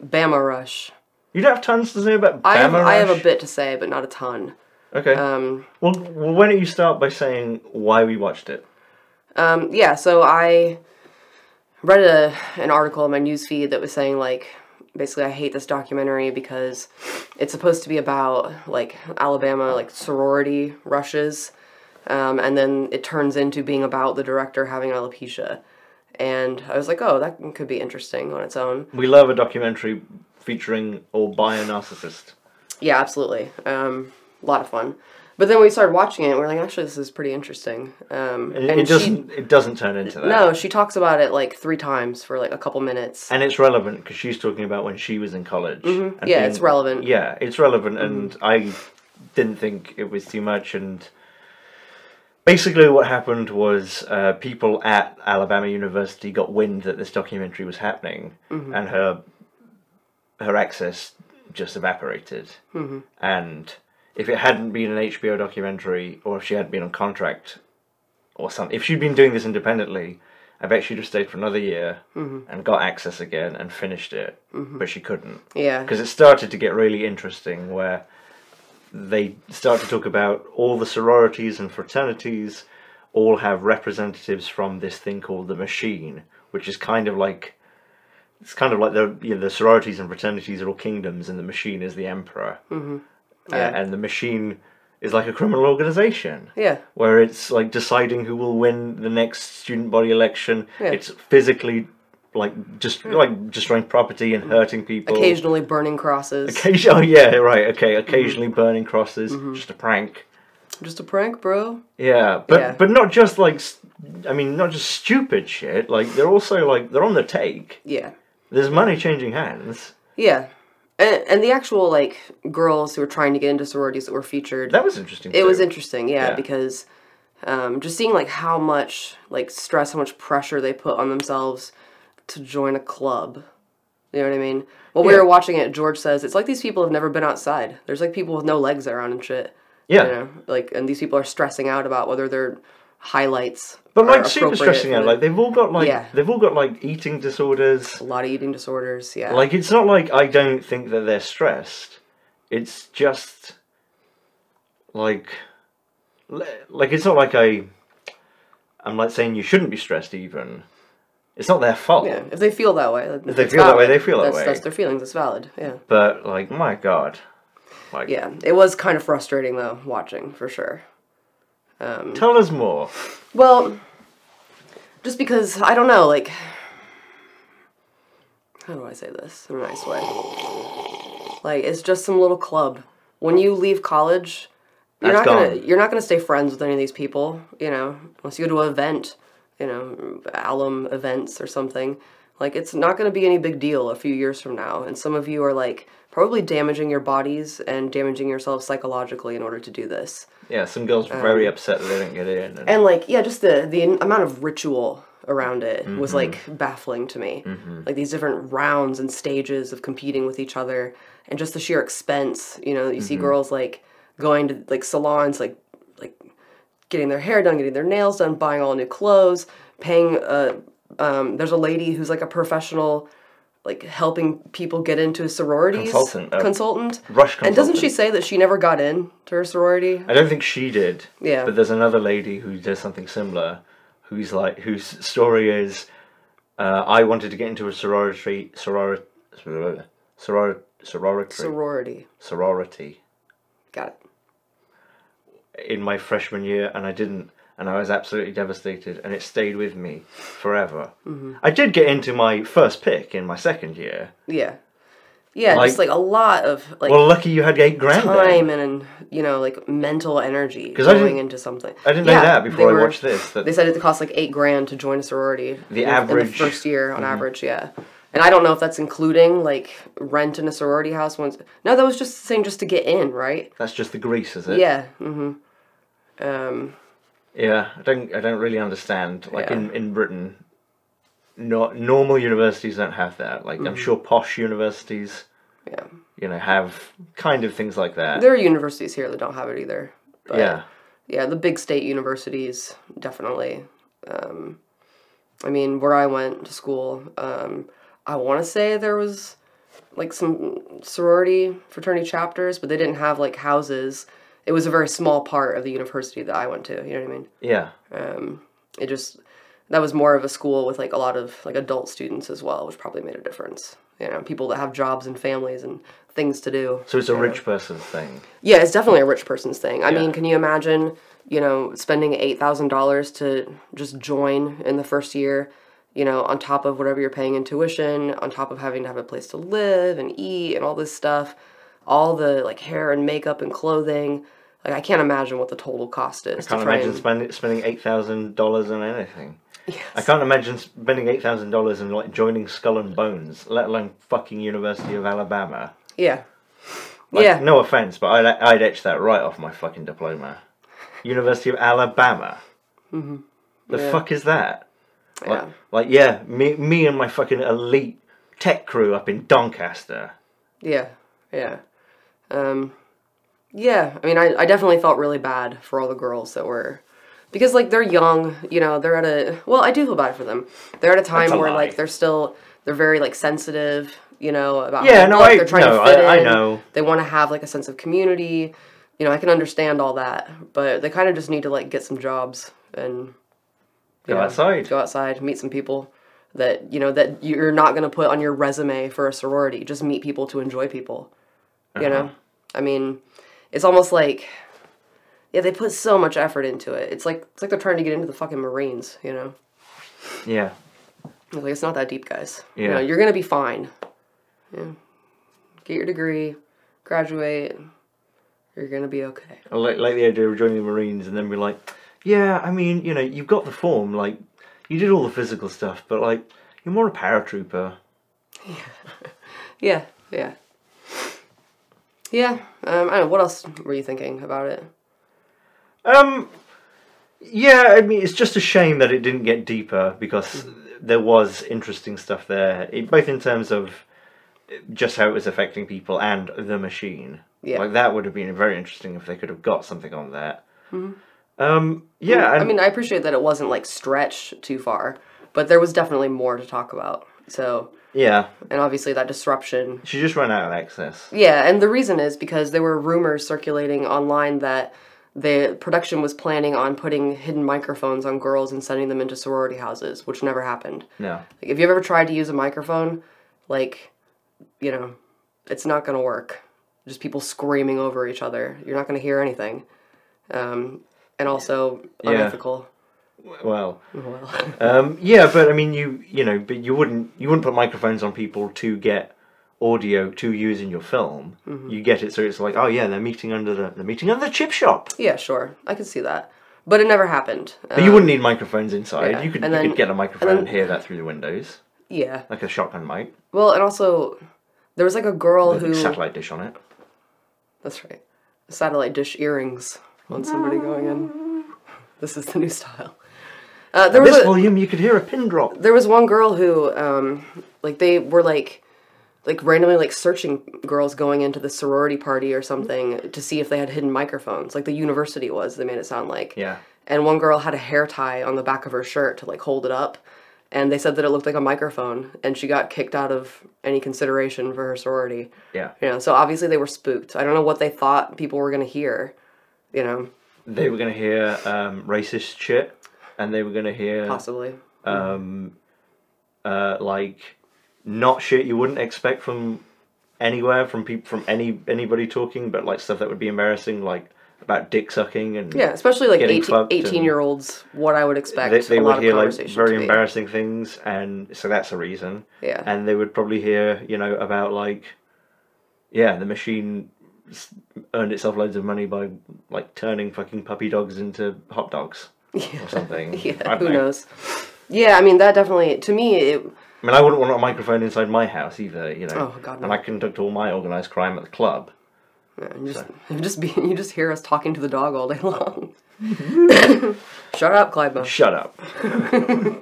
Bama Rush.
You don't have tons to say about Bama
I have, I have a
Rush?
bit to say, but not a ton.
Okay.
Um,
well, well, why don't you start by saying why we watched it?
um, yeah, so I read a, an article in my newsfeed that was saying, like, basically, I hate this documentary because it's supposed to be about, like, Alabama, like, sorority rushes. um, and then it turns into being about the director having alopecia. And I was like, oh, that could be interesting on its own.
We love a documentary featuring or by a narcissist.
Yeah, absolutely. Um, a lot of fun. But then we started watching it, and we're like, actually, this is pretty interesting. Um,
It,
and
it
she-
doesn't. It doesn't turn into that.
no, she talks about it like three times for like a couple minutes.
And it's relevant because she's talking about when she was in college. and
Mm-hmm. Yeah, it's relevant. Mm-hmm.
Yeah, it's relevant, and I didn't think it was too much. And basically, what happened was uh, people at Alabama University got wind that this documentary was happening,
Mm-hmm.
and her her access just evaporated. And if it hadn't been an HBO documentary, or if she hadn't been on contract, or something, if she'd been doing this independently. I bet she'd have stayed for another year and got access again and finished it, but she couldn't
Yeah.
because it started to get really interesting where they start to talk about all the sororities and fraternities all have representatives from this thing called the machine which is kind of like it's kind of like the you know, the sororities and fraternities are all kingdoms and the machine is the emperor mm-hmm.
Yeah.
and the machine is like a criminal organization
Yeah.
where it's like deciding who will win the next student body election
Yeah. Hmm.
it's physically like just like destroying property and hurting people
Occasionally burning crosses.
Occasion- oh yeah, right. Okay,
Mm-hmm.
occasionally burning crosses, just a prank.
Just a prank, bro.
Yeah, but
Yeah.
but not just like, s- I mean, not just stupid shit. Like they're also like they're on the take.
Yeah.
There's money changing hands.
Yeah. And, and the actual like girls who were trying to get into sororities that were featured.
That was interesting.
it was
too.
interesting, yeah,
Yeah.
because um, just seeing like how much like stress, how much pressure they put on themselves to join a club. You know what I mean? While we
Yeah.
were watching it, George says it's like these people have never been outside. There's like people with no legs around and shit.
Yeah.
You know, like and these people are stressing out about whether their highlights.
But
are
like super
appropriate
stressing
for
out.
the-
Like they've all got like
Yeah.
they've all got like eating disorders.
a lot of eating disorders. Yeah.
Like it's not like I don't think that they're stressed. It's just like le- like it's not like I I'm like saying you shouldn't be stressed even. It's not their fault.
yeah. If they feel that way, if
they feel that way, they feel that
that's,
way.
That's their feelings. It's valid. Yeah.
But like my god. Like
Yeah. It was kind of frustrating though, watching for sure.
tell us more.
Well, just because I don't know, like, how do I say this in a nice way? Like, it's just some little club. When you leave college, you're
That's
not gonna
gone.
you're not gonna stay friends with any of these people, you know, unless you go to an event, you know, alum events or something. Like, it's not gonna be any big deal a few years from now, and some of you are like probably damaging your bodies and damaging yourselves psychologically in order to do this
Yeah, some girls were very upset that they didn't get in. And,
and like yeah just the the amount of ritual around it
Mm-hmm.
was like baffling to me like these different rounds and stages of competing with each other and just the sheer expense you know you see
Mm-hmm.
girls like going to like salons like like getting their hair done getting their nails done buying all new clothes paying a um, there's a lady who's like a professional like helping people get into sororities
Consultant, uh,
consultant
Rush
and doesn't she
consultant.
say that she never got in to her sorority
I don't think she did.
Yeah.
But there's another lady who does something similar, who's like whose story is, uh, I wanted to get into a sorority, sorority, sorority, sorority, sorority,
sorority
sorority
got it
in my freshman year, and I didn't, and I was absolutely devastated, and it stayed with me forever.
Mm-hmm.
I did get into my first pick in my second year.
Yeah. Yeah,
Like-
just like a lot of like
Well, lucky you had eight grand. then.
time and, and you know like mental energy
'Cause I
going
didn't-
into something.
I didn't know
Yeah,
that before
they
I
were-
watched this. That
They said it cost like eight grand to join a sorority. in
average- Mm-hmm.
first year on average, yeah. And I don't know if that's including like rent in a sorority house. Once no, that was just saying just to get in, right?
that's just the grease, is it?
Yeah. hmm Um,
Yeah, I don't. I don't really understand. Like
Yeah.
in in Britain, no, normal universities don't have that. Like
Mm-hmm.
I'm sure posh universities,
yeah.
you know, have kind of things like that.
There are universities here that don't have it either. But
yeah,
yeah, the big state universities definitely. Um, I mean, where I went to school, um, I want to say there was like some sorority fraternity chapters, but they didn't have like houses. It was a very small part of the university that I went to. You know what I mean?
yeah,
It just that was more of a school with like a lot of like adult students as well, which probably made a difference. You know, people that have jobs and families and things to do.
So it's a rich person thing.
Yeah, it's definitely a rich person's thing. I mean, can you imagine, you know, spending eight thousand dollars to just join in the first year, you know, on top of whatever you're paying in tuition, on top of having to have a place to live and eat and all this stuff, all the like hair and makeup and clothing, Like I can't imagine what the total cost is.
I can't
to try
imagine
and-
spending spending eight thousand dollars on anything.
Yes.
I can't imagine spending eight thousand dollars and like joining Skull and Bones, let alone fucking University of Alabama.
Yeah.
Like,
yeah.
No offense, but I'd I'd etch that right off my fucking diploma. University of Alabama. Mm-hmm. The
Yeah.
fuck is that? Like,
yeah.
like yeah, me me and my fucking elite tech crew up in Doncaster.
Yeah, yeah, um, yeah. I mean, I, I definitely felt really bad for all the girls that were, because like they're young, you know, they're at a well, I do feel bad for them. They're at a time
a
where
lie.
like they're still they're very like sensitive, you know, about
Yeah,
how they
no,
look,
I-
they're trying
no,
to fit
I- I
in.
know.
They want to have like a sense of community. You know, I can understand all that, but they kind of just need to like get some jobs and
Go
you know,
outside.
go outside, meet some people that you know that you're not going to put on your resume for a sorority. Just meet people to enjoy people
Uh-huh.
you know i mean it's almost like yeah they put so much effort into it it's like it's like they're trying to get into the fucking marines you know
Yeah.
It's like it's not that deep guys you
Yeah.
know you're gonna be fine yeah. get your degree graduate you're gonna be okay
I like, like the idea of joining the Marines and then be like, yeah, I mean, you know, you've got the form, like, you did all the physical stuff, but like, you're more a paratrooper.
yeah yeah yeah um, i don't know what else were you thinking about it
Um, yeah, I mean, it's just a shame that it didn't get deeper because
Mm.
there was interesting stuff there, it, both in terms of just how it was affecting people and the machine.
Yeah.
Like, that would have been very interesting if they could have got something on that. Um, yeah,
Mm-hmm. Mm, i
and-
mean i appreciate that it wasn't like stretched too far but there was definitely more to talk about so
yeah,
and obviously that disruption
she just ran out of access.
Yeah, and the reason is because there were rumors circulating online that the production was planning on putting hidden microphones on girls and sending them into sorority houses, which never happened.
No.
Like, if you've ever tried to use a microphone, like, you know, it's not gonna work. Just people screaming over each other. You're not gonna hear anything. Um, and also
Yeah.
unethical.
Well,
Well,
Um, yeah, but I mean, you you know, but you wouldn't you wouldn't put microphones on people to get audio to use in your film.
Mm-hmm.
You get it, so it's like, oh yeah, they're meeting under the they're meeting under the chip shop.
yeah, sure, I could see that, but it never happened. Uh,
But you wouldn't need microphones inside.
Um, yeah,
You could
and
you
then-
could get a microphone and,
and then-
hear that through the windows,
yeah.
like a shotgun mic,
Well, and also there was like a girl
with a
who
satellite dish on it.
That's right. Satellite dish earrings on somebody going in. This is the new style. Uh, there was
This
a-
volume, you could hear a pin drop.
there was one girl who um, like they were like like randomly like searching girls going into the sorority party or something to see if they had hidden microphones like the university was they made it sound like
Yeah.
and one girl had a hair tie on the back of her shirt to like hold it up and they said that it looked like a microphone and she got kicked out of any consideration for her sorority
Yeah,
you know, so obviously they were spooked. I don't know what they thought people were going to hear, you know,
they were gonna hear um, racist shit, and they were gonna hear uh,
possibly.
um, uh, like not shit you wouldn't expect from anywhere from people from any anybody talking, but like stuff that would be embarrassing, like about dick sucking and
Yeah, especially like
Getting
18,
fucked
18
and-
year olds, what I would expect.
They, they
a lot
would
of
hear like
conversation to
very
be.
embarrassing things, and so that's a reason.
Yeah.
And they would probably hear, you know, about like, yeah, the machine s- earned itself loads of money by like turning fucking puppy dogs into hot dogs or something.
Yeah,
I
who
don't know.
knows? Yeah, I mean, that definitely, to me, it,
I mean, I wouldn't want a microphone inside my house either, you know.
Oh, God, no.
And I conduct all my organised crime at the club.
you just, you just be, you just hear us talking to the dog all day long. Shut up, Clive.
Shut up.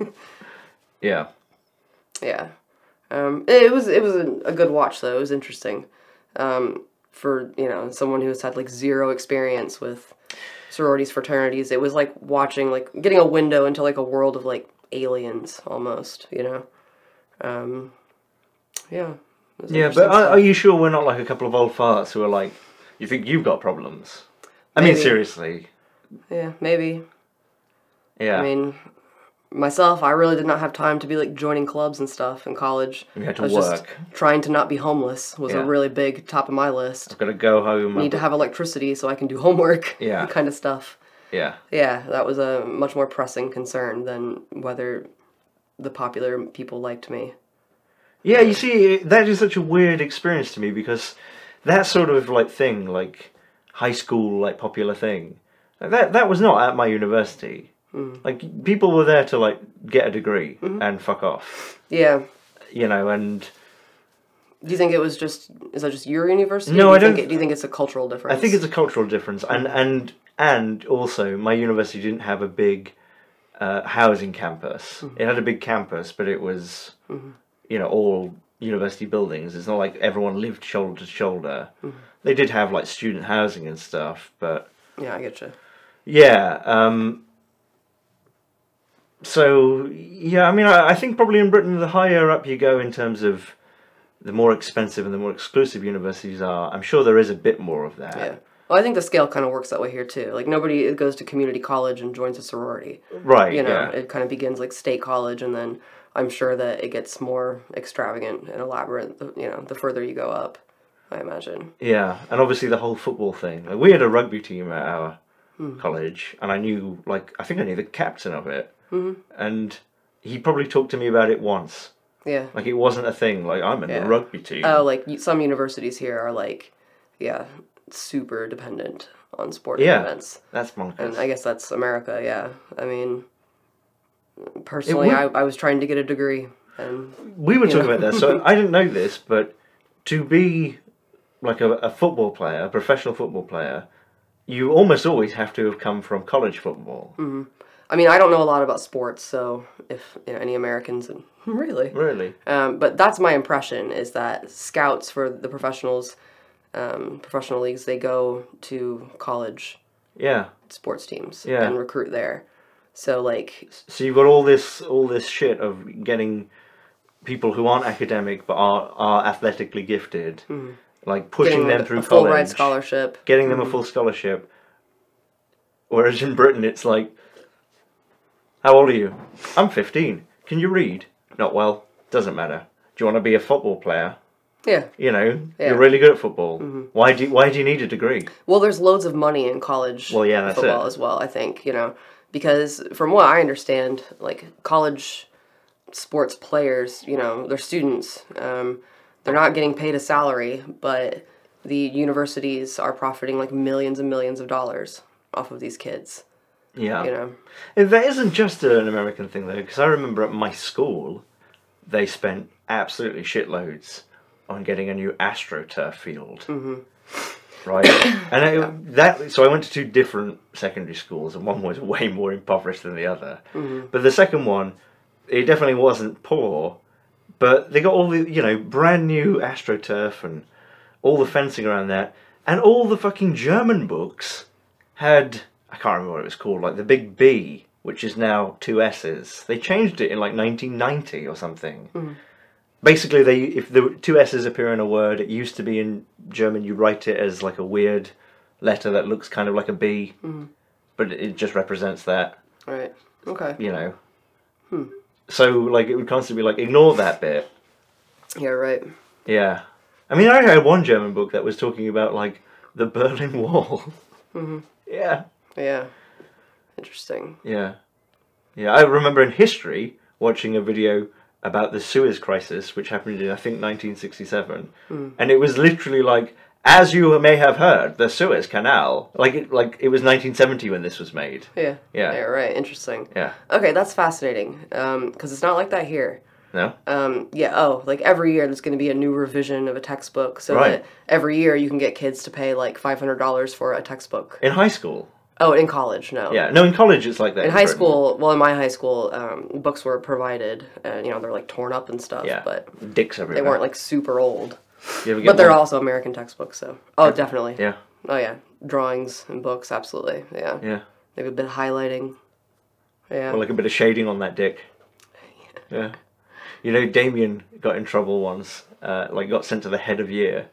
yeah.
Yeah, um, it was it was a, a good watch though. It was interesting um, for you know someone who has had like zero experience with sororities, fraternities. It was like watching like getting a window into like a world of like aliens almost. You know, um, yeah. it was
Yeah, but
interesting
are,
stuff.
are you sure we're not like a couple of old farts who are like, you think you've got problems? I mean,
Maybe.
seriously.
yeah, maybe.
Yeah.
I mean, myself, I really did not have time to be like joining clubs and stuff in college.
We had to
I was just
work.
trying to not be homeless was
Yeah.
a really big top of my list.
I've got to go home.
need to have electricity so I can do homework.
Yeah.
Kind of stuff.
yeah.
Yeah, that was a much more pressing concern than whether the popular people liked me.
Yeah, you see, that is such a weird experience to me because that sort of like thing, like high school like popular thing. Like, that that was not at my university.
Hmm.
Like people were there to like get a degree
Mm-hmm.
and fuck off,
Yeah.
you know. And
Do you think it was just? Is that just your
No,
university? do you
I don't-
Think it, do you think it's a cultural difference?
I think it's a cultural difference, and and and also my university didn't have a big uh, housing campus. It had a big campus, but it was you know all university buildings. It's not like everyone lived shoulder to shoulder. They did have like student housing and stuff, but
yeah, I get you.
yeah. Um, so yeah, I mean, I, I think probably in Britain, the higher up you go in terms of the more expensive and the more exclusive universities are, I'm sure there is a bit more of that.
Yeah. Well, I think the scale kind of works that way here too. Like nobody goes to community college and joins a sorority.
Right.
You know,
yeah.
it kind of begins like state college, and then I'm sure that it gets more extravagant and elaborate. You know, the further you go up, I imagine.
Yeah, and obviously the whole football thing. Like we had a rugby team at our
Hmm.
college, and I knew like I think I knew the captain of it,
Hmm.
and he probably talked to me about it once.
Yeah.
Like it wasn't a thing. Like I'm in
Yeah.
the rugby team.
Oh, like y- some universities here are like, yeah, super dependent on sporting
Yeah.
events.
That's
And
bonkers.
I guess that's America, yeah. I mean, personally,
would-
I, I was trying to get a degree. And
we were talking
know.
about this, so I didn't know this, but to be like a, a football player, a professional football player, you almost always have to have come from college football.
Hmm. I mean, I don't know a lot about sports, so if you know, any Americans, and, really.
Really?
Um, but that's my impression is that scouts for the professionals, um, professional leagues, they go to college
Yeah.
sports teams
Yeah.
and recruit there. So, like,
So you've got all this all this shit of getting people who aren't academic but are are athletically gifted, like pushing
Hmm. getting
them
a- Hmm.
through
a full ride
college,
scholarship.
getting them a full scholarship. Whereas in Britain, it's like, how old are you? I'm 15. Can you read? Not well. Doesn't matter. Do you want to be a football player?
Yeah.
You know,
Yeah. Mm-hmm.
you're really good at football. Why do Why do you need a degree?
Well, there's loads of money in college
Well, yeah, that's
football
it.
as well, I think, you know, because from what I understand, like college sports players, you know, they're students. Um, they're not getting paid a salary, but the universities are profiting like millions and millions of dollars off of these kids,
Yeah.
you know.
And That isn't just an American thing though, because I remember at my school, they spent absolutely shitloads on getting a new AstroTurf field. Mm-hmm. Right, and I, that so I went to two different secondary schools, and one was way more impoverished than the other. But the second one, it definitely wasn't poor, but they got all the you know brand new AstroTurf and all the fencing around that, and all the fucking German books had I can't remember what it was called, like the big B, which is now two S's. They changed it in like 1990 or something. Basically, they if the two S's appear in a word, it used to be in German you write it as like a weird letter that looks kind of like a B, but it just represents that,
Right. Okay.
you know. So like it would constantly be like ignore that bit.
Yeah, right.
Yeah. I mean, I had one German book that was talking about like the Berlin Wall. Yeah.
Yeah. Interesting.
Yeah. Yeah, I remember in history watching a video about the Suez Crisis, which happened in, I think, 1967.
Hmm.
And it was literally like, as you may have heard, the Suez Canal. Like it, like it was 1970 when this was made.
Yeah.
Yeah.
Yeah, right. Interesting.
Yeah.
Okay, that's fascinating. Um, 'cause cuz it's not like that here.
No?
um, yeah, oh, like every year there's going to be a new revision of a textbook, so
Right.
that every year you can get kids to pay like five hundred dollars for a textbook.
In high school.
Oh, in college, no.
Yeah. No, in college it's like that.
In high
Britain.
school, well, in my high school, um, books were provided, and you know they're like torn up and stuff,
Yeah.
but
Dicks
they
everywhere.
weren't like super old.
You ever get
But they're
one?
also American textbooks, so oh, definitely.
Yeah.
Oh yeah, drawings and books, absolutely. Yeah.
Yeah.
Maybe a bit of highlighting. Yeah.
Or like a bit of shading on that dick. Yeah. You know, Damien got in trouble once, uh, like got sent to the head of year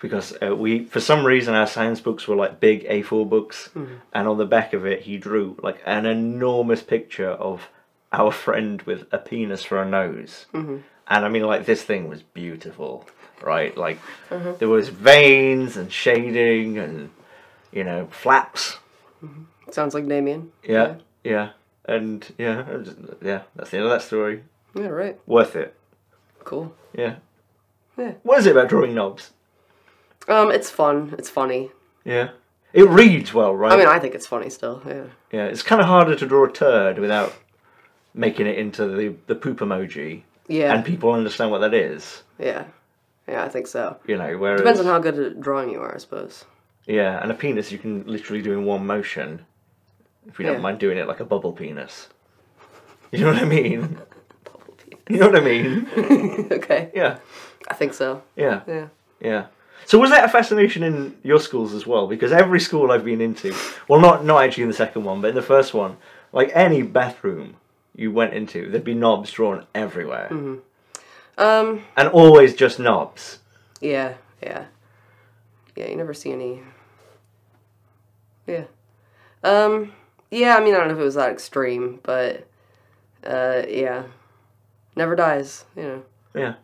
because uh, we, for some reason, our science books were like big A4 books, and on the back of it, he drew like an enormous picture of our friend with a penis for a nose. And I mean, like, this thing was beautiful, right? Like, there was veins and shading and, you know, flaps.
Sounds like Damien.
Yeah, yeah, and yeah, I just- yeah. That's the end of that story.
Yeah. Right.
Worth it.
Cool.
Yeah.
Yeah.
What is it about drawing knobs?
Um, it's fun. It's funny.
Yeah. It reads well, right?
I mean, I think it's funny still. Yeah.
yeah, it's kind of harder to draw a turd without making it into the the poop emoji,
Yeah.
and people understand what that is.
yeah. Yeah, I think so.
You know, whereas
Depends on how good at drawing you are, I suppose.
yeah, and a penis you can literally do in one motion, if you
Yeah.
don't mind doing it like a bubble penis. You know what I mean? You know what I mean?
okay.
Yeah,
I think so.
yeah.
Yeah.
Yeah. So was that a fascination in your schools as well? Because every school I've been into, well, not not actually in the second one, but in the first one, like any bathroom you went into, there'd be knobs drawn everywhere,
Um.
and always just knobs.
Yeah. Yeah. Yeah. You never see any. Yeah. Um. Yeah. I mean, I don't know if it was that extreme, but. Uh. Yeah. Never dies. You know.
Yeah,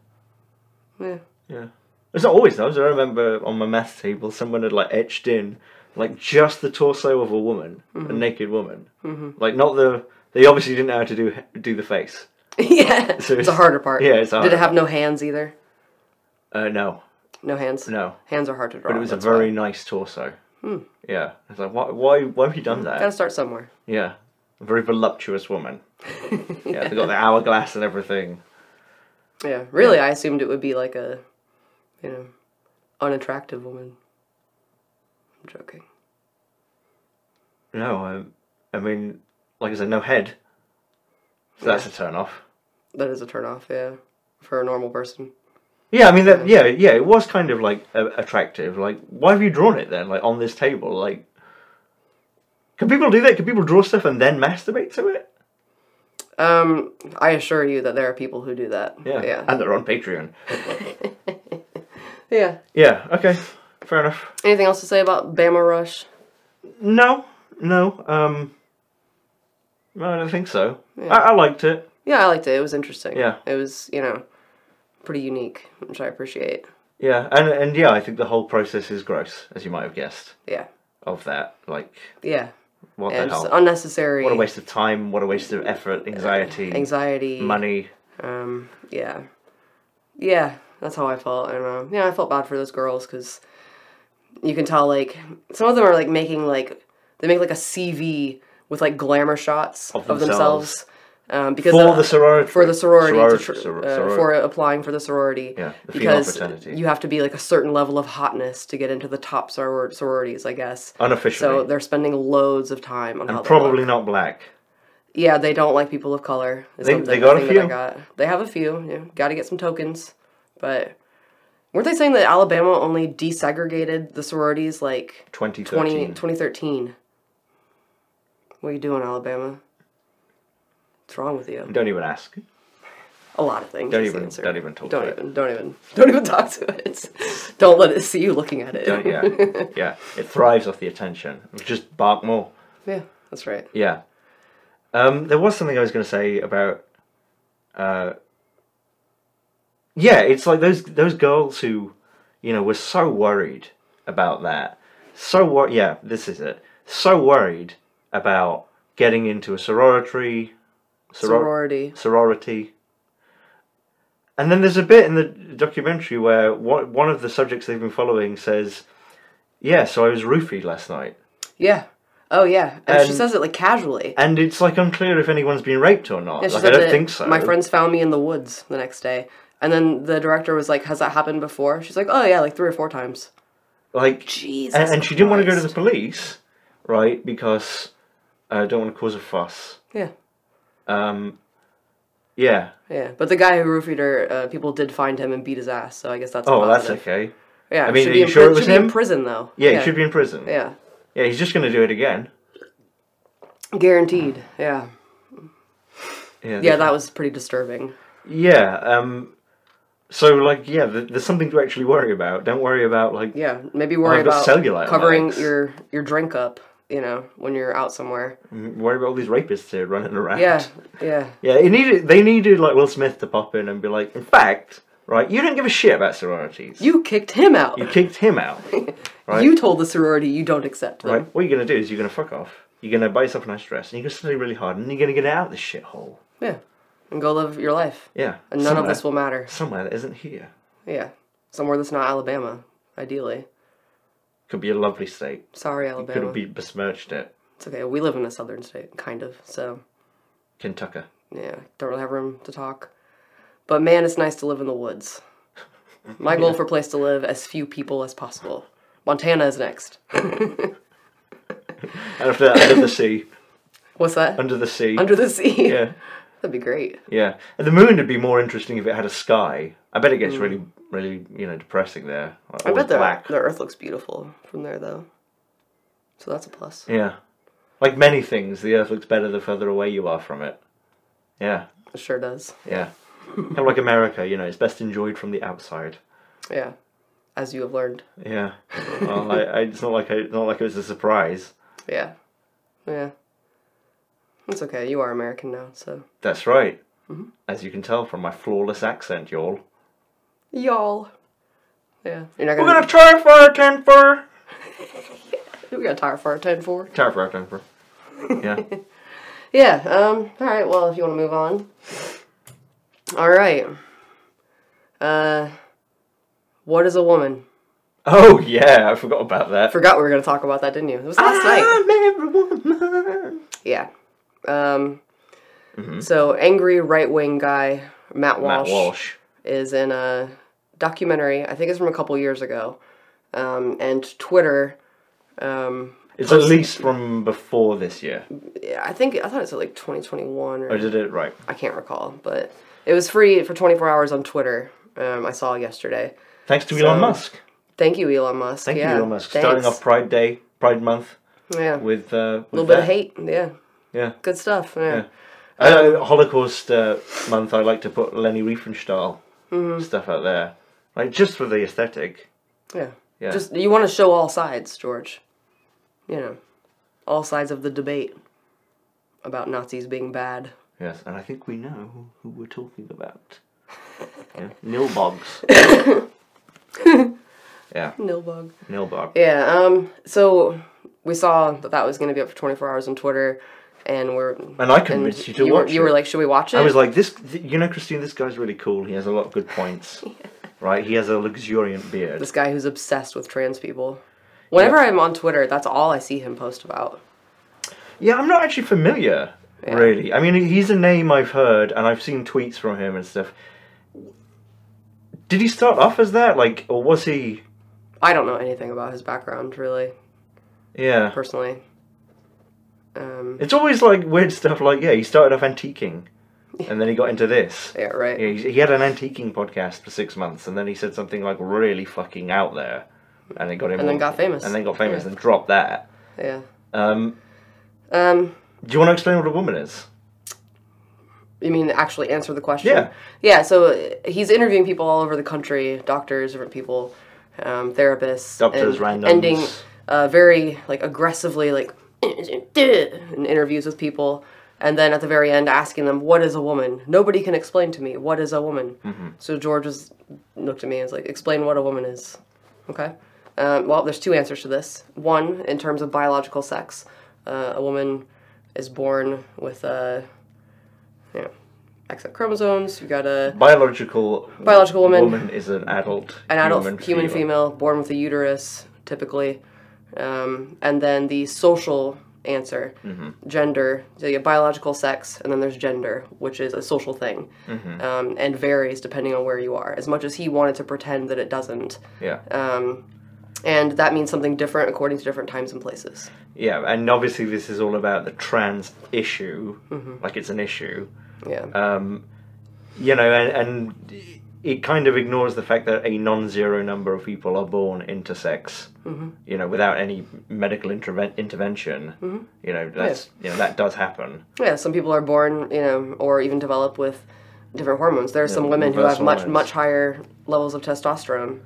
Yeah.
yeah. It's not always knobs. I remember on my math table, someone had like etched in like just the torso of a woman, a naked woman, mm-hmm. like not the. They obviously didn't know how to do do the face.
yeah. it's a harder part.
Yeah, it's a
Did
harder
it have no hands either?
Uh, no,
No hands.
no.
Hands are hard to draw.
But it was a
that's Hmm. why.
very nice torso. Yeah. It's like, why, why, why have you done that?
Gotta start somewhere.
Yeah. A very voluptuous woman. yeah, they got the hourglass and everything.
Yeah. Really, I assumed it would be like a, you know, unattractive woman. I'm joking.
No, I, I mean, like I said, no head. So that's a turn off.
That is a turnoff, yeah, for a normal person.
Yeah, I mean, that, yeah, yeah, it was kind of like a, attractive. Like, why have you drawn it then? Like, on this table? Like, can people do that? Can people draw stuff and then masturbate to it?
Um, I assure you that there are people who do that.
Yeah.
Yeah.
And they're on Patreon.
Yeah.
Yeah, okay. Fair enough.
Anything else to say about Bama Rush?
No, no. Um, no, I don't think so. I, I liked it.
Yeah, I liked it. It was interesting.
Yeah.
It was, you know, pretty unique, which I appreciate.
Yeah, and and yeah, I think the whole process is gross, as you might have guessed.
Yeah.
Of that, like,
Yeah.
what
And
the
just
hell?
unnecessary
what a waste of time. What a waste of effort, anxiety,
anxiety.
money.
Um, yeah. Yeah, that's how I felt. And um, yeah, I felt bad for those girls because you can tell, like, some of them are, like, making, like, they make, like, a CV with, like, glamour shots of
Of
themselves.
themselves.
Um, because
For
uh,
the sorority.
For the sorority.
Soror-
to tr-
soror-
uh,
soror-
for applying for the sorority.
Yeah, the female
because
fraternity.
you have to be, like, a certain level of hotness to get into the top soror- sororities, I guess.
Unofficially.
So they're spending loads of time on how they look.
Probably not black.
Yeah, they don't like people of color. is
They-
something-
they got a
thing that I
few.
got. They have a few. Yeah, got to get some tokens, but weren't they saying that Alabama only desegregated the sororities like 20,
2013.
2013? What are you doing, Alabama? What's wrong with you?
Don't even ask.
A lot of things.
Don't
is the
even-
answer.
don't even talk
Don't
to it.
even. Don't even. Don't even talk to it. don't let it see you looking at it.
Don't, yeah, yeah. It thrives off the attention. Just bark more.
yeah, that's right.
Yeah. Um, there was something I was going to say about. Uh, yeah, it's like those those girls who, you know, were so worried about that. So wor- Yeah, this is it. So worried about getting into a sorority. soror-
Sorority.
sorority. And then there's a bit in the documentary where one one of the subjects they've been following says, "Yeah, so I was roofied last night."
Yeah. Oh yeah, and, she
And-
says it like casually.
And it's like unclear if anyone's been raped or not.
Yeah, she
like,
said
I don't
that
think so.
My friends found me in the woods the next day. And then the director was like, Has that happened before? She's like, Oh, yeah, like three or four times.
like,
Jesus
and, and she didn't want to go to
Christ.
the police, right? Because I don't want to cause a fuss.
Yeah.
Um, yeah.
Yeah. But the guy who roofied her, uh, people did find him and beat his ass. So I guess that's a
Oh, well, that's
positive.
okay.
Yeah.
I mean,
should
are
be
you
in
sure
pri-
it was
should be in
him?
prison, though.
Yeah, he should be in prison.
Yeah.
Yeah, he's just going to do it again.
Guaranteed. Yeah.
Yeah.
Yeah, that was pretty disturbing.
Yeah. Um, so like, yeah, th- there's something to actually worry about. Don't worry about like.
Yeah. Maybe worry
I've got
about
cellulite on my
covering
legs.
your, your drink up, you know, when you're out somewhere.
m- Worry about all these rapists here running around.
Yeah. Yeah.
Yeah. It needed. They needed like Will Smith to pop in and be like, in fact, right? You don't give a shit about sororities.
You kicked him out.
You kicked him out. right.
You told the sorority you don't accept them.
Right. What you're gonna do is you're gonna fuck off. You're gonna buy yourself a nice dress, and you're gonna study really hard, and you're gonna get out of this shithole.
Yeah. And go live your life.
Yeah.
And none of this will matter.
Somewhere that isn't here.
Yeah. Somewhere that's not Alabama, ideally.
Could be a lovely state.
Sorry,
Could
Alabama.
have be besmirched it.
it's okay. We live in a southern state, kind of. So
Kentucky.
yeah, don't really have room to talk. But man, it's nice to live in the woods. My goal for place to live: as few people as possible. Montana is next.
And after that, under the sea.
What's that?
Under the sea.
Under the sea.
yeah.
That'd be great.
Yeah. And the moon would be more interesting if it had a sky. I bet it gets really, really, you know, depressing there.
Mm. I bet the,
black.
the Earth looks beautiful from there, though. So that's a plus.
Yeah. Like many things, the Earth looks better the further away you are from it. Yeah.
It sure does.
Yeah. kind of like America, you know, it's best enjoyed from the outside.
Yeah. As you have learned.
Yeah. Well, I, I, it's not like I, not like it was a surprise.
Yeah. Yeah. It's okay. You are American now, so.
That's right. As you can tell from my flawless accent, y'all.
Y'all. Yeah. You're not
We're
gonna.
gonna try for our ten for.
we got tired for our 10 4.
Try for our ten for. Yeah.
Yeah. Um. All right. Well, if you want to move on. All right. Uh. What is a woman?
oh yeah, I forgot about that.
Forgot we were going to talk about that, didn't you? It was last night.
I'm every woman.
Yeah. Um, So, angry right wing guy Matt
Matt
Walsh,
Walsh.
is in a documentary. I think it's from a couple years ago. Um, and Twitter, um,
It's at least from before this year.
yeah, I think I thought it's like 2021 or
I did it right.
I can't recall, but it was free for 24 hours on Twitter. Um, I saw yesterday.
Thanks to Elon Musk.
Thank you, Elon Musk.
Thank
yeah,
you, Elon Musk.
Thanks.
Starting off Pride Day, Pride Month
yeah, a
with uh, with
little bit of
that.
hate. Yeah,
Yeah.
good stuff. yeah.
Uh, Holocaust uh, month, I like to put Lenny Riefenstahl
Mm-hmm.
stuff out there, like just for the aesthetic.
Yeah.
Yeah.
Just you want to show all sides, George. You know, all sides of the debate about Nazis being bad.
Yes, and I think we know who we're talking about. Yeah. Neil Boggs. yeah,
Nilbug.
Neil Boggs.
Yeah. Um. So we saw that that was going to be up for 24 hours on Twitter, and we're
And I
and
convinced you to
you
watch
were, you were
it.
like, "Eh." should we watch it?
I was like, this, th- you know, Christine, this guy's really cool. He has a lot of good points, right? He has a luxuriant beard.
this guy who's obsessed with trans people. Whenever I'm on Twitter, that's all I see him post about.
Yeah, I'm not actually familiar, really. I mean, he's a name I've heard, and I've seen tweets from him and stuff. Did he start off as that, like, or was he?
I don't know anything about his background, really,
Yeah,
personally. Um.
it's always like weird stuff. Like, yeah, he started off antiquing, and then he got into this.
Yeah. Right.
Yeah, he, he had an antiquing podcast for six months, and then he said something like really fucking out there, and it got him.
And then
all-
got famous.
And then got famous
Yeah.
and dropped that.
Yeah.
Um,
Um.
do you want to explain what a woman is?
You mean actually answer the question?
Yeah.
Yeah. So uh, he's interviewing people all over the country, doctors, different people, um, therapists,
Doctors,
and
randoms.
ending uh, very like aggressively like in interviews with people, and then at the very end asking them, "What is a woman?" Nobody can explain to me what is a woman.
Mm-hmm.
So George was looked at me and was like, "Explain what a woman is." Okay. Um, well, there's two answers to this. One, in terms of biological sex, uh, a woman is born with a you know, X chromosomes. You got a
Biological
Biological woman.
Woman is an adult.
an adult human, female. born with a uterus, typically, um, and then the social answer, gender. So you have biological sex, and then there's gender, which is a social thing, um, and varies depending on where you are. As much as he wanted to pretend that it doesn't,
Yeah.
um, and that means something different according to different times and places.
yeah, and obviously this is all about the trans issue, like it's an issue.
Yeah.
Um, you know, and, and it kind of ignores the fact that a non-zero number of people are born intersex. You know, without any medical interve- intervention. You know, that's you know that does happen.
Yeah, some people are born, you know, or even develop with different hormones. There are some women who
reverse
have much
hormones.
much higher levels of testosterone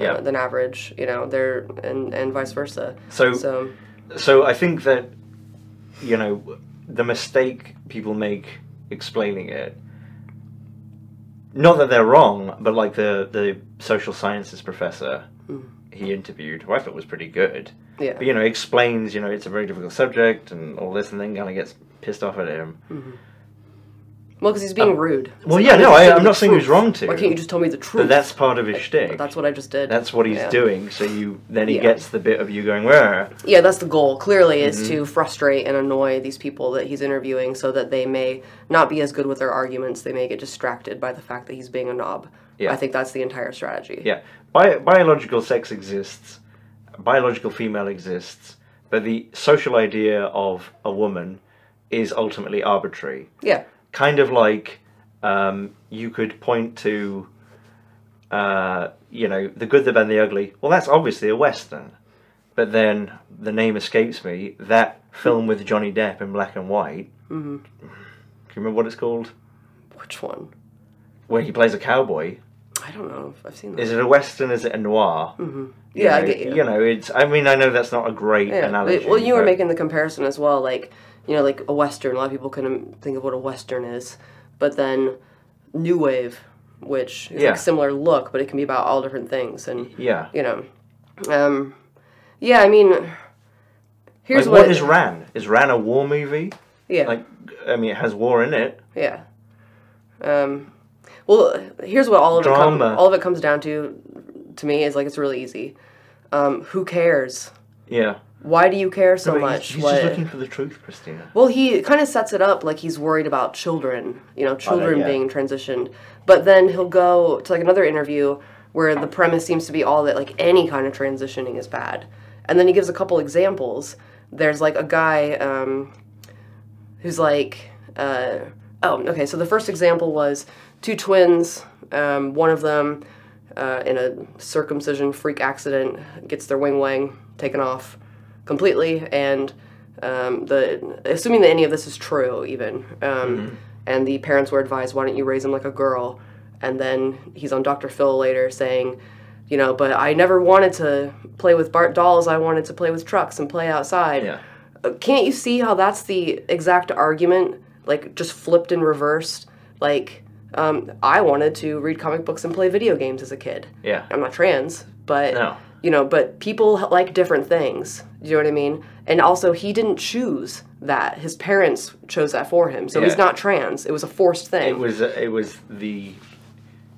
uh,
Yeah.
than average. You know, they're and and vice versa.
So-
so
so I think that you know the mistake people make explaining it. Not that they're wrong, but like the the social sciences professor
Mm.
he interviewed, who I thought was pretty good.
Yeah.
But you know, explains you know it's a very difficult subject and all this, and then kind of gets pissed off at him.
Well, because he's being rude.
Uh, well, yeah, no, I- I'm not saying he's wrong to.
Why can't you just tell me the truth?
But that's part of his shtick.
Mm. That's what I just did.
That's what he's
Yeah.
doing. So you then he
Yeah.
gets the bit of you going, where
Yeah, that's the goal. Clearly, is
Mm-hmm.
to frustrate and annoy these people that he's interviewing, so that they may not be as good with their arguments. They may get distracted by the fact that he's being a knob.
Yeah.
I think that's the entire strategy.
yeah, Bi- biological sex exists, biological female exists, but the social idea of a woman is ultimately arbitrary.
Yeah.
kind of like um, you could point to, uh, you know, the good, the bad, and the ugly. Well, that's obviously a western, but then the name escapes me. That film with Johnny Depp in black and white. Mm-hmm. Can you remember what it's called?
Which one?
Where he plays a cowboy.
I don't know if I've seen that.
Is it a western? Is it a noir? Mm-hmm.
yeah, I get you.
You know, it's. I mean, I know that's not a great
Yeah.
analogy.
Well, you were
but-
making the comparison as well, like you know, like a western. A lot of people couldn't think of what a western is, but then new wave, which is
Yeah.
like similar look, but it can be about all different things, and
Yeah.
you know, um, yeah. I mean, here's
Like, what
what
is Ran? Is Ran a war movie?
yeah.
Like, I mean, it has war in it.
Yeah. Um, well, here's what all of it
Drama.
com- all of it comes down to to me is like it's really easy. Um, who cares?
Yeah.
Why do you care so
But he's-
much?
He's,
What-
just looking for the truth, Christina.
well, he kind of sets it up like he's worried about children, you know, children
yeah.
being transitioned. But then he'll go to like another interview where the premise seems to be all that like any kind of transitioning is bad. And then he gives a couple examples. There's like a guy um, who's like, uh, oh, okay, so the first example was two twins, um, one of them uh, in a circumcision freak accident gets their wing wang taken off completely and um, the assuming that any of this is true even um, and the parents were advised why don't you raise him like a girl and then he's on dr phil later saying you know but i never wanted to play with bart dolls i wanted to play with trucks and play outside
Yeah.
Uh, can't you see how that's the exact argument like just flipped and reversed like um, i wanted to read comic books and play video games as a kid
Yeah.
i'm not trans but
No.
you know but people h- like different things do you know what i mean and also he didn't choose that his parents chose that for him so he's
Yeah.
not trans it was a forced thing
It was it was the,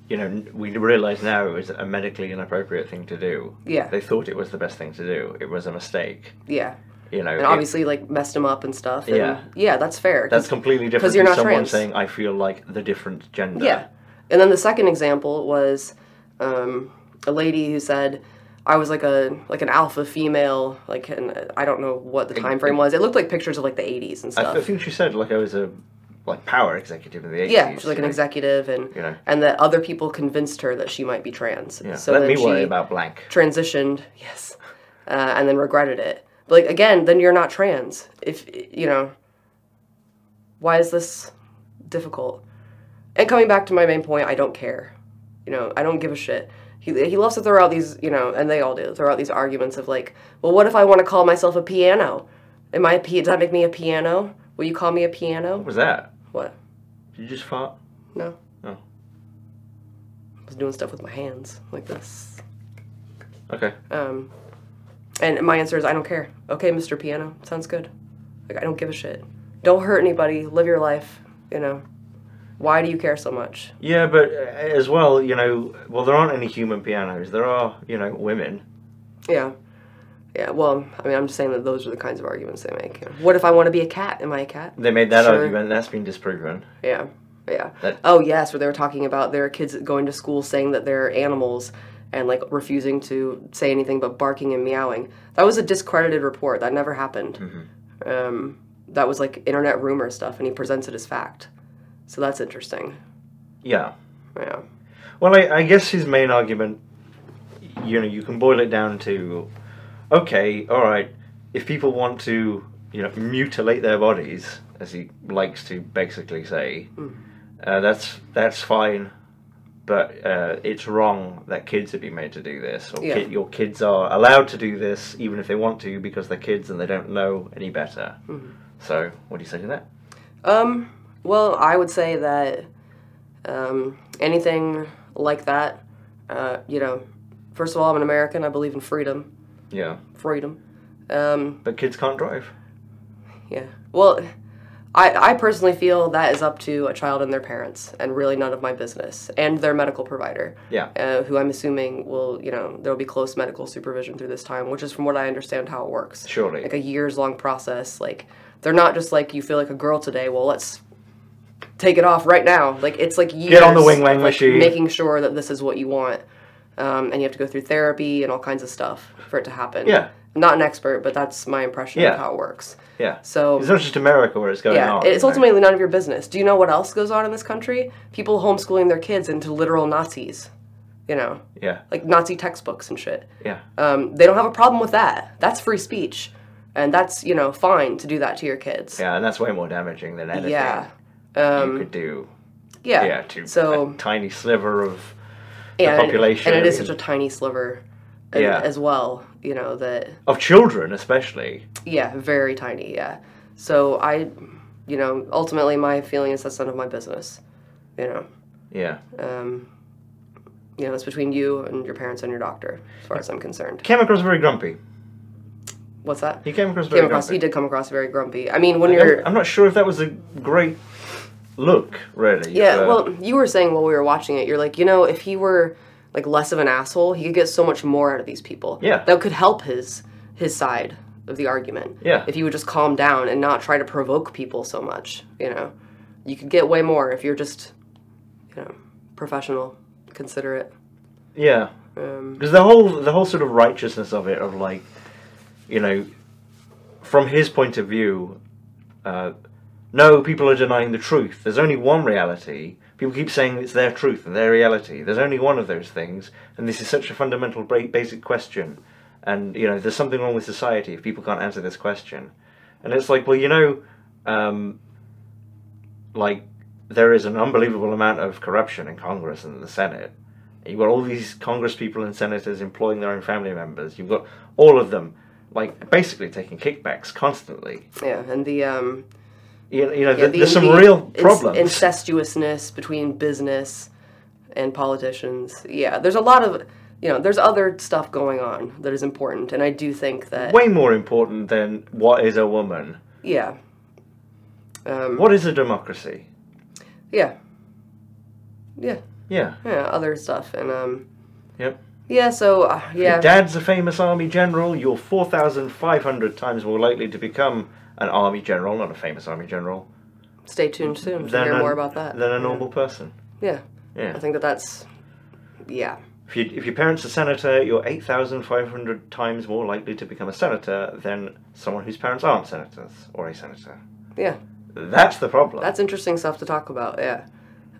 you know, n- we realise now it was a medically inappropriate thing to do.
Yeah.
They thought it was the best thing to do. It was a mistake.
yeah
You know.
and
it-
obviously like messed him up and stuff and
Yeah.
yeah that's fair 'cause-
that's completely different
'cause you're
from
not
someone
trans.
saying I feel like the different gender.
Yeah. And then the second example was um, a lady who said, I was like a like an alpha female, like and I don't know what the time frame was. It looked like pictures of like the 80s and
I,
stuff.
I think she said like I was a like power executive in the eighties.
yeah, she's like an executive and
You know.
and that other people convinced her that she might be trans.
Yeah.
So
Let
then
me
she
worry about blank.
transitioned, yes, uh, and then regretted it. But like again, then you're not trans. If you know, why is this difficult? And coming back to my main point, I don't care. You know, I don't give a shit. He, he loves to throw out these, you know, and they all do, throw out these arguments of like, well, what if I want to call myself a piano? Am I a p? Does that make me a piano? Will you call me a piano?
What was that?
What?
Did you just fart?
No.
No.
I was doing stuff with my hands like this.
Okay.
Um, and my answer is I don't care. Okay, Mr. Piano, sounds good. Like I don't give a shit. Don't hurt anybody. Live your life. You know. Why do you care so much?
Yeah, but uh, as well, you know, well, there aren't any human pianos. There are, you know, women.
Yeah. Yeah. Well, I mean, I'm just saying that those are the kinds of arguments they make. you know. What if I want to be a cat? Am I a cat?
They made that
Sure.
argument. That's been disproven.
Yeah. Yeah.
That-
oh yes, where they were talking about there are kids going to school saying that they're animals and like refusing to say anything but barking and meowing. That was a discredited report. That never happened. Um, that was like internet rumor stuff, and he presents it as fact. So that's interesting.
Yeah.
Yeah.
Well, I, I guess his main argument, you know, you can boil it down to, okay, all right, if people want to, you know, mutilate their bodies, as he likes to basically say,
Mm.
uh, that's that's fine, but uh, it's wrong that kids have been made to do this, or
Yeah.
ki- your kids are allowed to do this even if they want to because they're kids and they don't know any better.
Mm-hmm.
So, what do you say to that?
Um, well, I would say that um, anything like that, uh, you know, first of all, I'm an American. I believe in freedom.
Yeah,
Freedom. Um,
but kids can't drive.
Yeah. Well, I, I personally feel that is up to a child and their parents, and really none of my business, and their medical provider.
Yeah.
Uh, who I'm assuming will, you know, there will be close medical supervision through this time, which is from what I understand how it works.
Surely.
Like a years long process. Like, they're not just like, you feel like a girl today, well, let's take it off right now. Like, it's like years.
on the wing wang
of, like,
machine.
Making sure that this is what you want. Um, and you have to go through therapy and all kinds of stuff for it to happen.
Yeah.
Not an expert, but that's my impression
Yeah.
of how it works.
Yeah.
So
It's not just America where it's going
yeah,
on. you
it's
know.
ultimately none of your business. Do you know what else goes on in this country? People homeschooling their kids into literal Nazis, you know,
Yeah.
like Nazi textbooks and shit.
Yeah.
Um, they don't have a problem with that. That's free speech, and that's you know fine to do that to your kids.
Yeah, and that's way more damaging than anything
yeah,
you could do.
yeah.
Yeah, to
so
a tiny sliver of.
yeah, and-
population
and, it is
and-
such a tiny sliver, and-
Yeah.
as well. You know that
Of children, especially.
yeah, very tiny. Yeah. So I, you know, ultimately my feeling is that's none of my business. You know.
Yeah.
um, you know, it's between you and your parents and your doctor, as far as I'm concerned.
Came across very grumpy.
What's that?
He came across
Came
very
across, he
grumpy.
did come across very grumpy. I mean, when
I'm,
you're,
I'm not sure if that was a great look, really.
yeah,
for-
well, you were saying while we were watching it, you're like, you know, if he were like less of an asshole, he could get so much more out of these people.
Yeah.
that could help his his side of the argument.
Yeah.
if you would just calm down and not try to provoke people so much, you know, you could get way more if you're just, you know, professional, considerate.
Yeah.
Um,
because the whole the whole sort of righteousness of it of like you know from his point of view uh, no people are denying the truth there's only one reality people keep saying it's their truth and their reality there's only one of those things and this is such a fundamental ba- basic question and you know there's something wrong with society if people can't answer this question and it's like well you know um, like there is an unbelievable amount of corruption in congress and the senate You've got all these Congress people and senators employing their own family members. You've got all of them, like basically taking kickbacks constantly.
yeah, and the um,
You, you know,
Yeah,
th-
the-
there's some
the
real
ins-
problems.
incestuousness between business and politicians. Yeah, there's a lot of you know, there's other stuff going on that is important, and I do think that
Way more important than what is a woman?
yeah, um,
What is a democracy?
yeah, yeah,
Yeah.
yeah, other stuff, and um,
Yep.
yeah. So uh, yeah,
Your dad's a famous army general. You're 4,500 times more likely to become an army general, not a famous army general,
stay tuned soon to
than
hear
a,
more about that.
than a normal person.
yeah,
Yeah.
I think that that's yeah,
If, you, if your parents are senator, you're 8,500 times more likely to become a senator than someone whose parents aren't senators or a senator.
yeah.
That's the problem.
That's interesting stuff to talk about, yeah.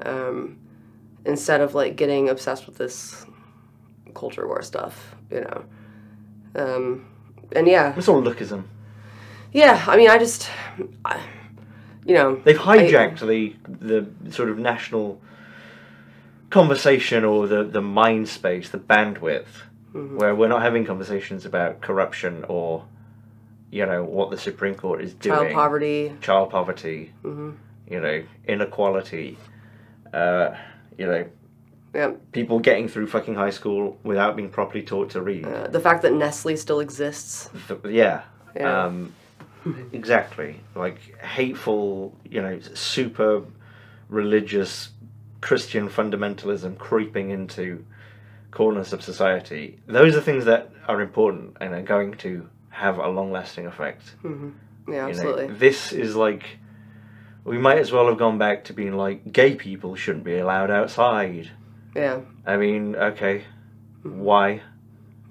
Um, instead of like getting obsessed with this culture war stuff, you know. Um, and yeah,
it's all lookism.
yeah. I mean, I just, I, you know,
They've hijacked the, the sort of national conversation or the, the mind space, the bandwidth,
Mm-hmm.
where we're not having conversations about corruption or, you know, what the Supreme Court is doing.
child poverty. Mm-hmm.
child poverty, you know, inequality, uh, you know,
Yeah,
people getting through fucking high school without being properly taught to read.
uh, the fact that Nestle still exists.
Th- yeah.
Yeah.
Um, exactly. Like hateful, you know, super religious Christian fundamentalism creeping into corners of society. Those are things that are important and are going to have a long lasting effect.
Yeah,
You know,
absolutely.
this is like we might as well have gone back to being like gay people shouldn't be allowed outside.
yeah,
I mean, okay, why?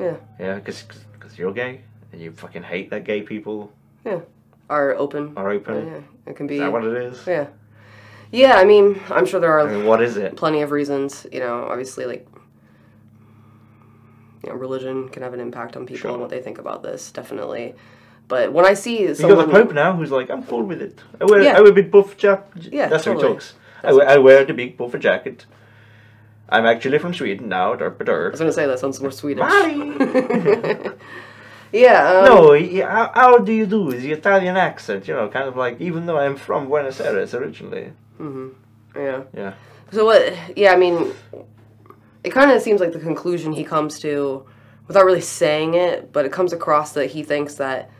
yeah.
Yeah, because because you're gay and you fucking hate that gay people
Are open.
are open.
Yeah, it can be.
Is that what it is?
Yeah, yeah. I mean, I'm sure there are.
I mean, what is it?
plenty of reasons. You know, obviously, like, you know, religion can have an impact on people
Sure.
and what they think about this, definitely. But when I see
You got
someone,
the Pope now who's like, I'm cool with it. I wear,
Yeah.
I wear a big buff jacket.
Yeah,
that's how
totally.
he talks. I wear, I wear the big buffer jacket. I'm actually from Sweden now. Derp a
I was
derp.
gonna say that sounds more Swedish.
Bali!
yeah, um,
No, he- how, how do you do? Is the Italian accent, you know, kind of like, even though I'm from Buenos Aires originally.
yeah.
Yeah.
So what? Yeah, I mean, it kind of seems like the conclusion he comes to, without really saying it, but it comes across that he thinks that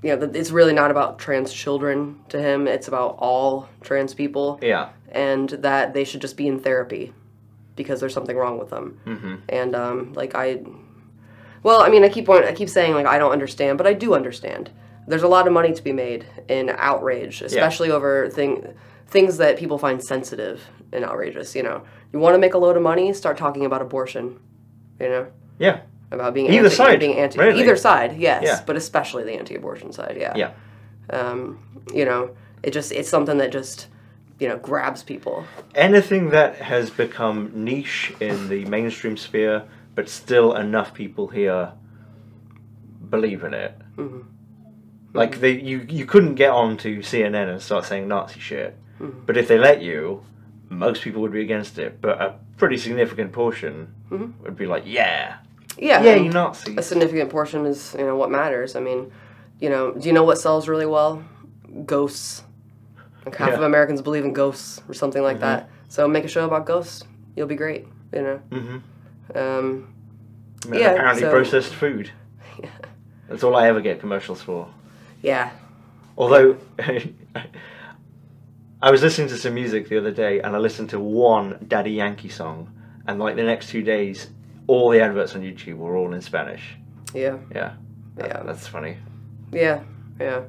you know, that it's really not about trans children to him. It's about all trans people,
Yeah.
and that they should just be in therapy because there's something wrong with them. Mm-hmm. And um, like I, well, I mean, I keep on, I keep saying like I don't understand, but I do understand. There's a lot of money to be made in outrage, especially over thing things that people find sensitive and outrageous. You know, you want to make a load of money, start talking about abortion. You know
Yeah.
about being
Either
anti,
side,
being anti,
really.
either side, yes,
Yeah.
but especially the anti-abortion side, yeah.
Yeah.
Um, you know, it just it's something that just you know grabs people.
Anything that has become niche in the mainstream sphere, but still enough people here believe in it.
Mm-hmm.
Like they, you, you couldn't get onto CNN and start saying Nazi shit.
Mm-hmm.
But if they let you, most people would be against it. But a pretty significant portion would be like, yeah,
Mm-hmm. Yeah,
yeah,
and
you Nazis.
a significant portion is you know what matters. I mean, you know, do you know what sells really well? Ghosts. Like half of
Yeah. Mm-hmm.
Americans believe in ghosts or something like that. So make a show about ghosts. You'll be great. You know. Mm-hmm. Um, yeah,
apparently
so-
processed food. That's all I ever get commercials for.
yeah.
Although I was listening to some music the other day and I listened to one Daddy Yankee song and like the next two days all the adverts on YouTube were all in Spanish.
Yeah.
Yeah. That-
Yeah.
That's funny.
Yeah, yeah.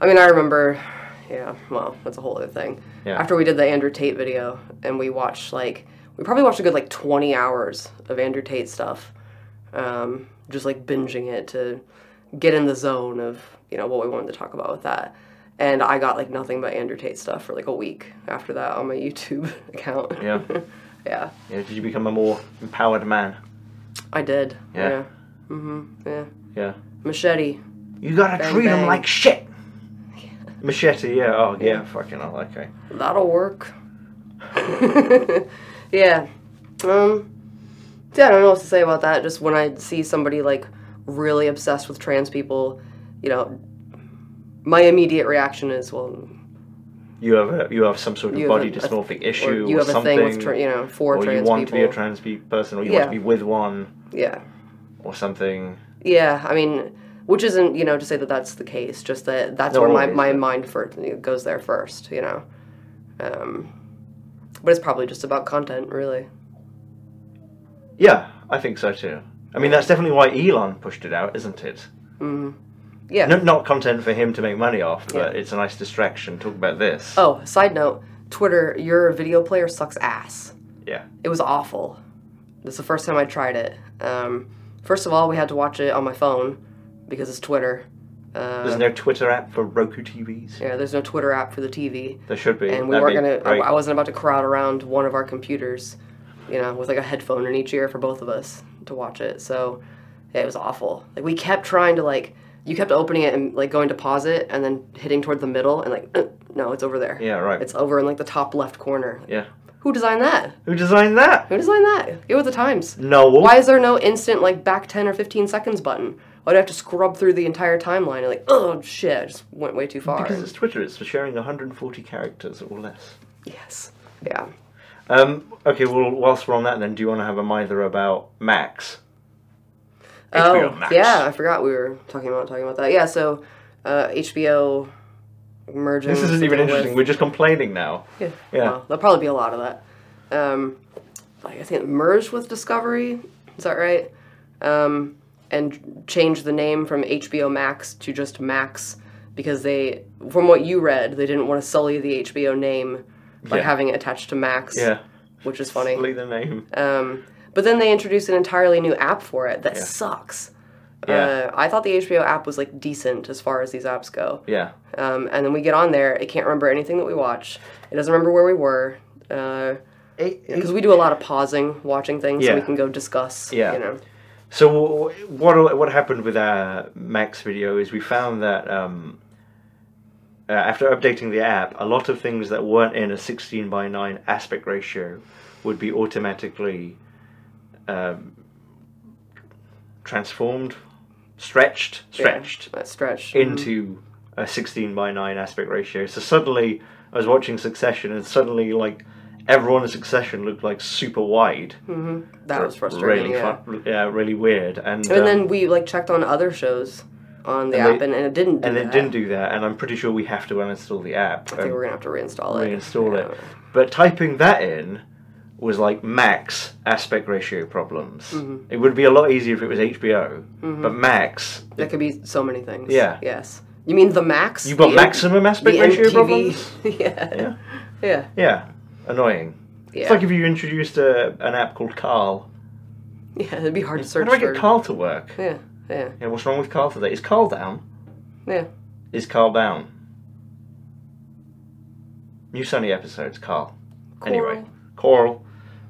I mean, I remember. Yeah, well, that's a whole other thing.
Yeah.
After we did the Andrew Tate video, and we watched like we probably watched a good like twenty hours of Andrew Tate stuff, um, just like binging it to get in the zone of you know what we wanted to talk about with that. And I got like nothing but Andrew Tate stuff for like a week after that on my YouTube account.
Yeah.
yeah,
yeah. Did you become a more empowered man?
I did.
Yeah.
yeah. Mm-hmm. Yeah.
Yeah.
Machete.
You gotta
Bang,
treat 'em treat them
bang.
like shit. Machete, yeah. Oh, yeah. Fucking hell. Okay.
That'll work. yeah. Um. Yeah, I don't know what to say about that. Just when I see somebody like really obsessed with trans people, you know, my immediate reaction is, well,
You have a, you have some sort of
You have
body
a- a-
dysmorphic
or
issue
you
or
have a
something,
thing with, tra- you know, for
or you
trans
want
people.
to be a trans pe- person, or you want
Yeah.
to be with one,
yeah.
or something.
Yeah, I mean, which isn't you know to say that that's the case. Just that that's
No,
where
it
my,
isn't.
my mind first goes there first. You know, um, but it's probably just about content, really.
Yeah, I think so too. I mean, that's definitely why Elon pushed it out, isn't it?
Mm-hmm. Yeah.
No, not content for him to make money off, but it's a nice distraction. Talk about this.
Oh, side note, Twitter, your video player sucks ass.
Yeah.
It was awful. This is the first time I tried it. Um, first of all, we had to watch it on my phone because it's Twitter. Uh,
There's no Twitter app for Roku TVs.
yeah, there's no Twitter app for the TV,
There should be.
and we
That'd
weren't
be
gonna. I,
great.
I wasn't about to crowd around one of our computers, you know, with like a headphone in each ear for both of us to watch it. So yeah, it was awful. Like we kept trying to like. You kept opening it and like going to pause it, and then hitting toward the middle, and like, no, it's over there.
yeah, right.
It's over in like the top left corner.
yeah.
Who designed that?
Who designed that?
Who designed that? Get with the times.
No.
Why is there no instant like back 10 or 15 seconds button? Why do I have to scrub through the entire timeline and like, oh shit, I just went way too far.
Because it's Twitter. It's for sharing 140 characters or less.
yes. Yeah.
Um, okay, well, whilst we're on that, then, do you want to have a mither about Max? HBO
oh,
Max.
yeah, I forgot we were talking about talking about that. Yeah, so uh, HBO merging.
This isn't even
Mm, something Oh.
interesting.
with-
We're just complaining now.
yeah.
Yeah.
Well, there'll probably be a lot of that. Um, like I think it merged with Discovery. Is that right? Um, and changed the name from HBO Max to just Max because they, from what you read, they didn't want to sully the HBO name by
Yeah.
having it attached to Max.
Yeah.
Which is funny.
Leave the name.
Um, but then they introduced an entirely new app for it that sucks.
Yeah.
Uh, I thought the HBO app was like decent as far as these apps go.
yeah.
Um, and then we get on there, it can't remember anything that we watch. It doesn't remember where we were. Uh, Because we do a lot of pausing, watching things, so we
Yeah.
can go discuss.
Yeah.
You know.
So wh- wh- what what happened with our Max video is we found that um, uh, after updating the app, a lot of things that weren't in a 16 by 9 aspect ratio would be automatically um, transformed, stretched, stretched
Yeah, Mm-hmm. that stretch.
into a 16 by 9 aspect ratio. So suddenly, I was watching Succession, and suddenly like everyone in Succession looked like super wide.
that was Hmm. frustrating.
Really,
yeah.
fun, yeah, really weird. And
And
um,
then we like checked on other shows on the
And they-
app, and, and it didn't. Do
and it
that.
didn't do that. And I'm pretty sure we have to uninstall the app
I think
and
we're gonna have to reinstall it.
reinstall it. But typing that in was like max aspect ratio problems.
Mm-hmm.
It would be a lot easier if it was HBO, but max.
That could be so many things.
Yeah.
Yes. You mean the max?
You've got
The M-
maximum aspect
the
ratio
MTV.
problems.
yeah.
Yeah.
Yeah.
Yeah, annoying.
Yeah.
It's like if you introduced a, an app called Carl.
yeah. It'd be hard to
How
search
do I
for.
get Carl to work?
yeah. Yeah.
Yeah, what's wrong with Carl today? Is Carl down?
Yeah.
Is Carl down? New Sunny episodes, Carl. Anyway, Coral.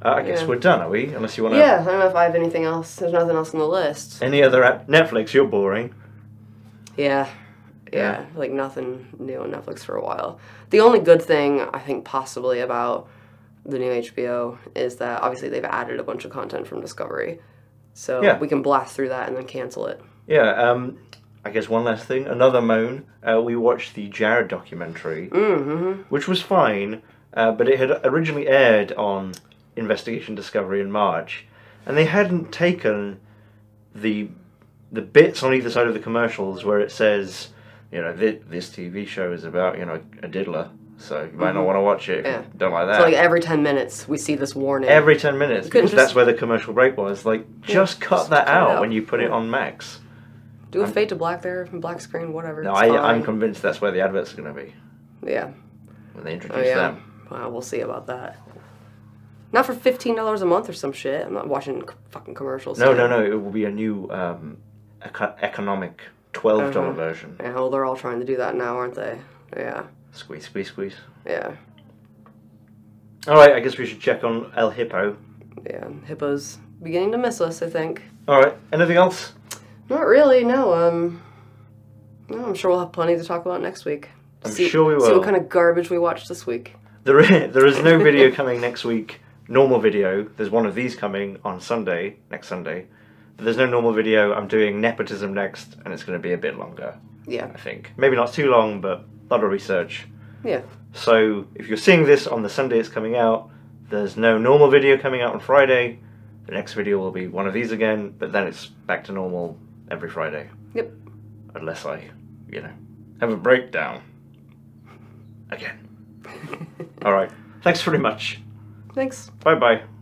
Uh, I guess
Yeah.
we're done, are we? Unless you want to.
Yeah. I don't know if I have anything else. There's nothing else on the list.
Any other app? Netflix, you're boring.
Yeah. Yeah,
Yeah.
like nothing new on Netflix for a while. The only good thing I think possibly about the new HBO is that obviously they've added a bunch of content from Discovery. So
Yeah.
we can blast through that and then cancel it.
Yeah, um, I guess one last thing. Another moan. Uh, we watched the Jared documentary,
Mm. Mm-hmm.
which was fine, uh, but it had originally aired on Investigation Discovery in March, and they hadn't taken the the bits on either side of the commercials where it says, you know, this, this TV show is about you know a diddler, so you might not want to watch it. if you
Mm-hmm. Yeah.
Don't like that.
So like every 10 minutes we see this warning.
every 10 minutes
couldn't
because that's
just-
where the commercial break was like just cut
just
that
cut it
out
out.
when you put it on max
Do a fade to black there, black screen, whatever.
no
it's
I,
fine.
i'm convinced that's where the adverts are going to be
Yeah.
when they introduce
Oh, yeah.
them
Well, we'll see about that. Not for $15 a month or some shit. I'm not watching c- fucking commercials.
no no no it will be a new um, eco- economic $12
Uh-huh.
dollar version
Yeah, well, they're all trying to do that now, aren't they? Yeah.
squeeze squeeze squeeze
Yeah.
all right i guess we should check on el hippo
Yeah, Hippo's beginning to miss us, I think.
all right anything else
Not really, no. Um, no, I'm sure we'll have plenty to talk about next week.
I'm sure we
See
will.
what kind of garbage we watched this week.
there is, there is no video coming next week normal video there's one of these coming on sunday next sunday but there's no normal video i'm doing nepotism next and it's going to be a bit longer
Yeah,
I think. Maybe not too long, but a lot of research.
yeah,
So if you're seeing this on the Sunday it's coming out, there's no normal video coming out on Friday. The next video will be one of these again, but then it's back to normal every Friday.
yep.
Unless I, you know, have a breakdown. Again. Alright. Thanks very much.
Thanks.
Bye bye.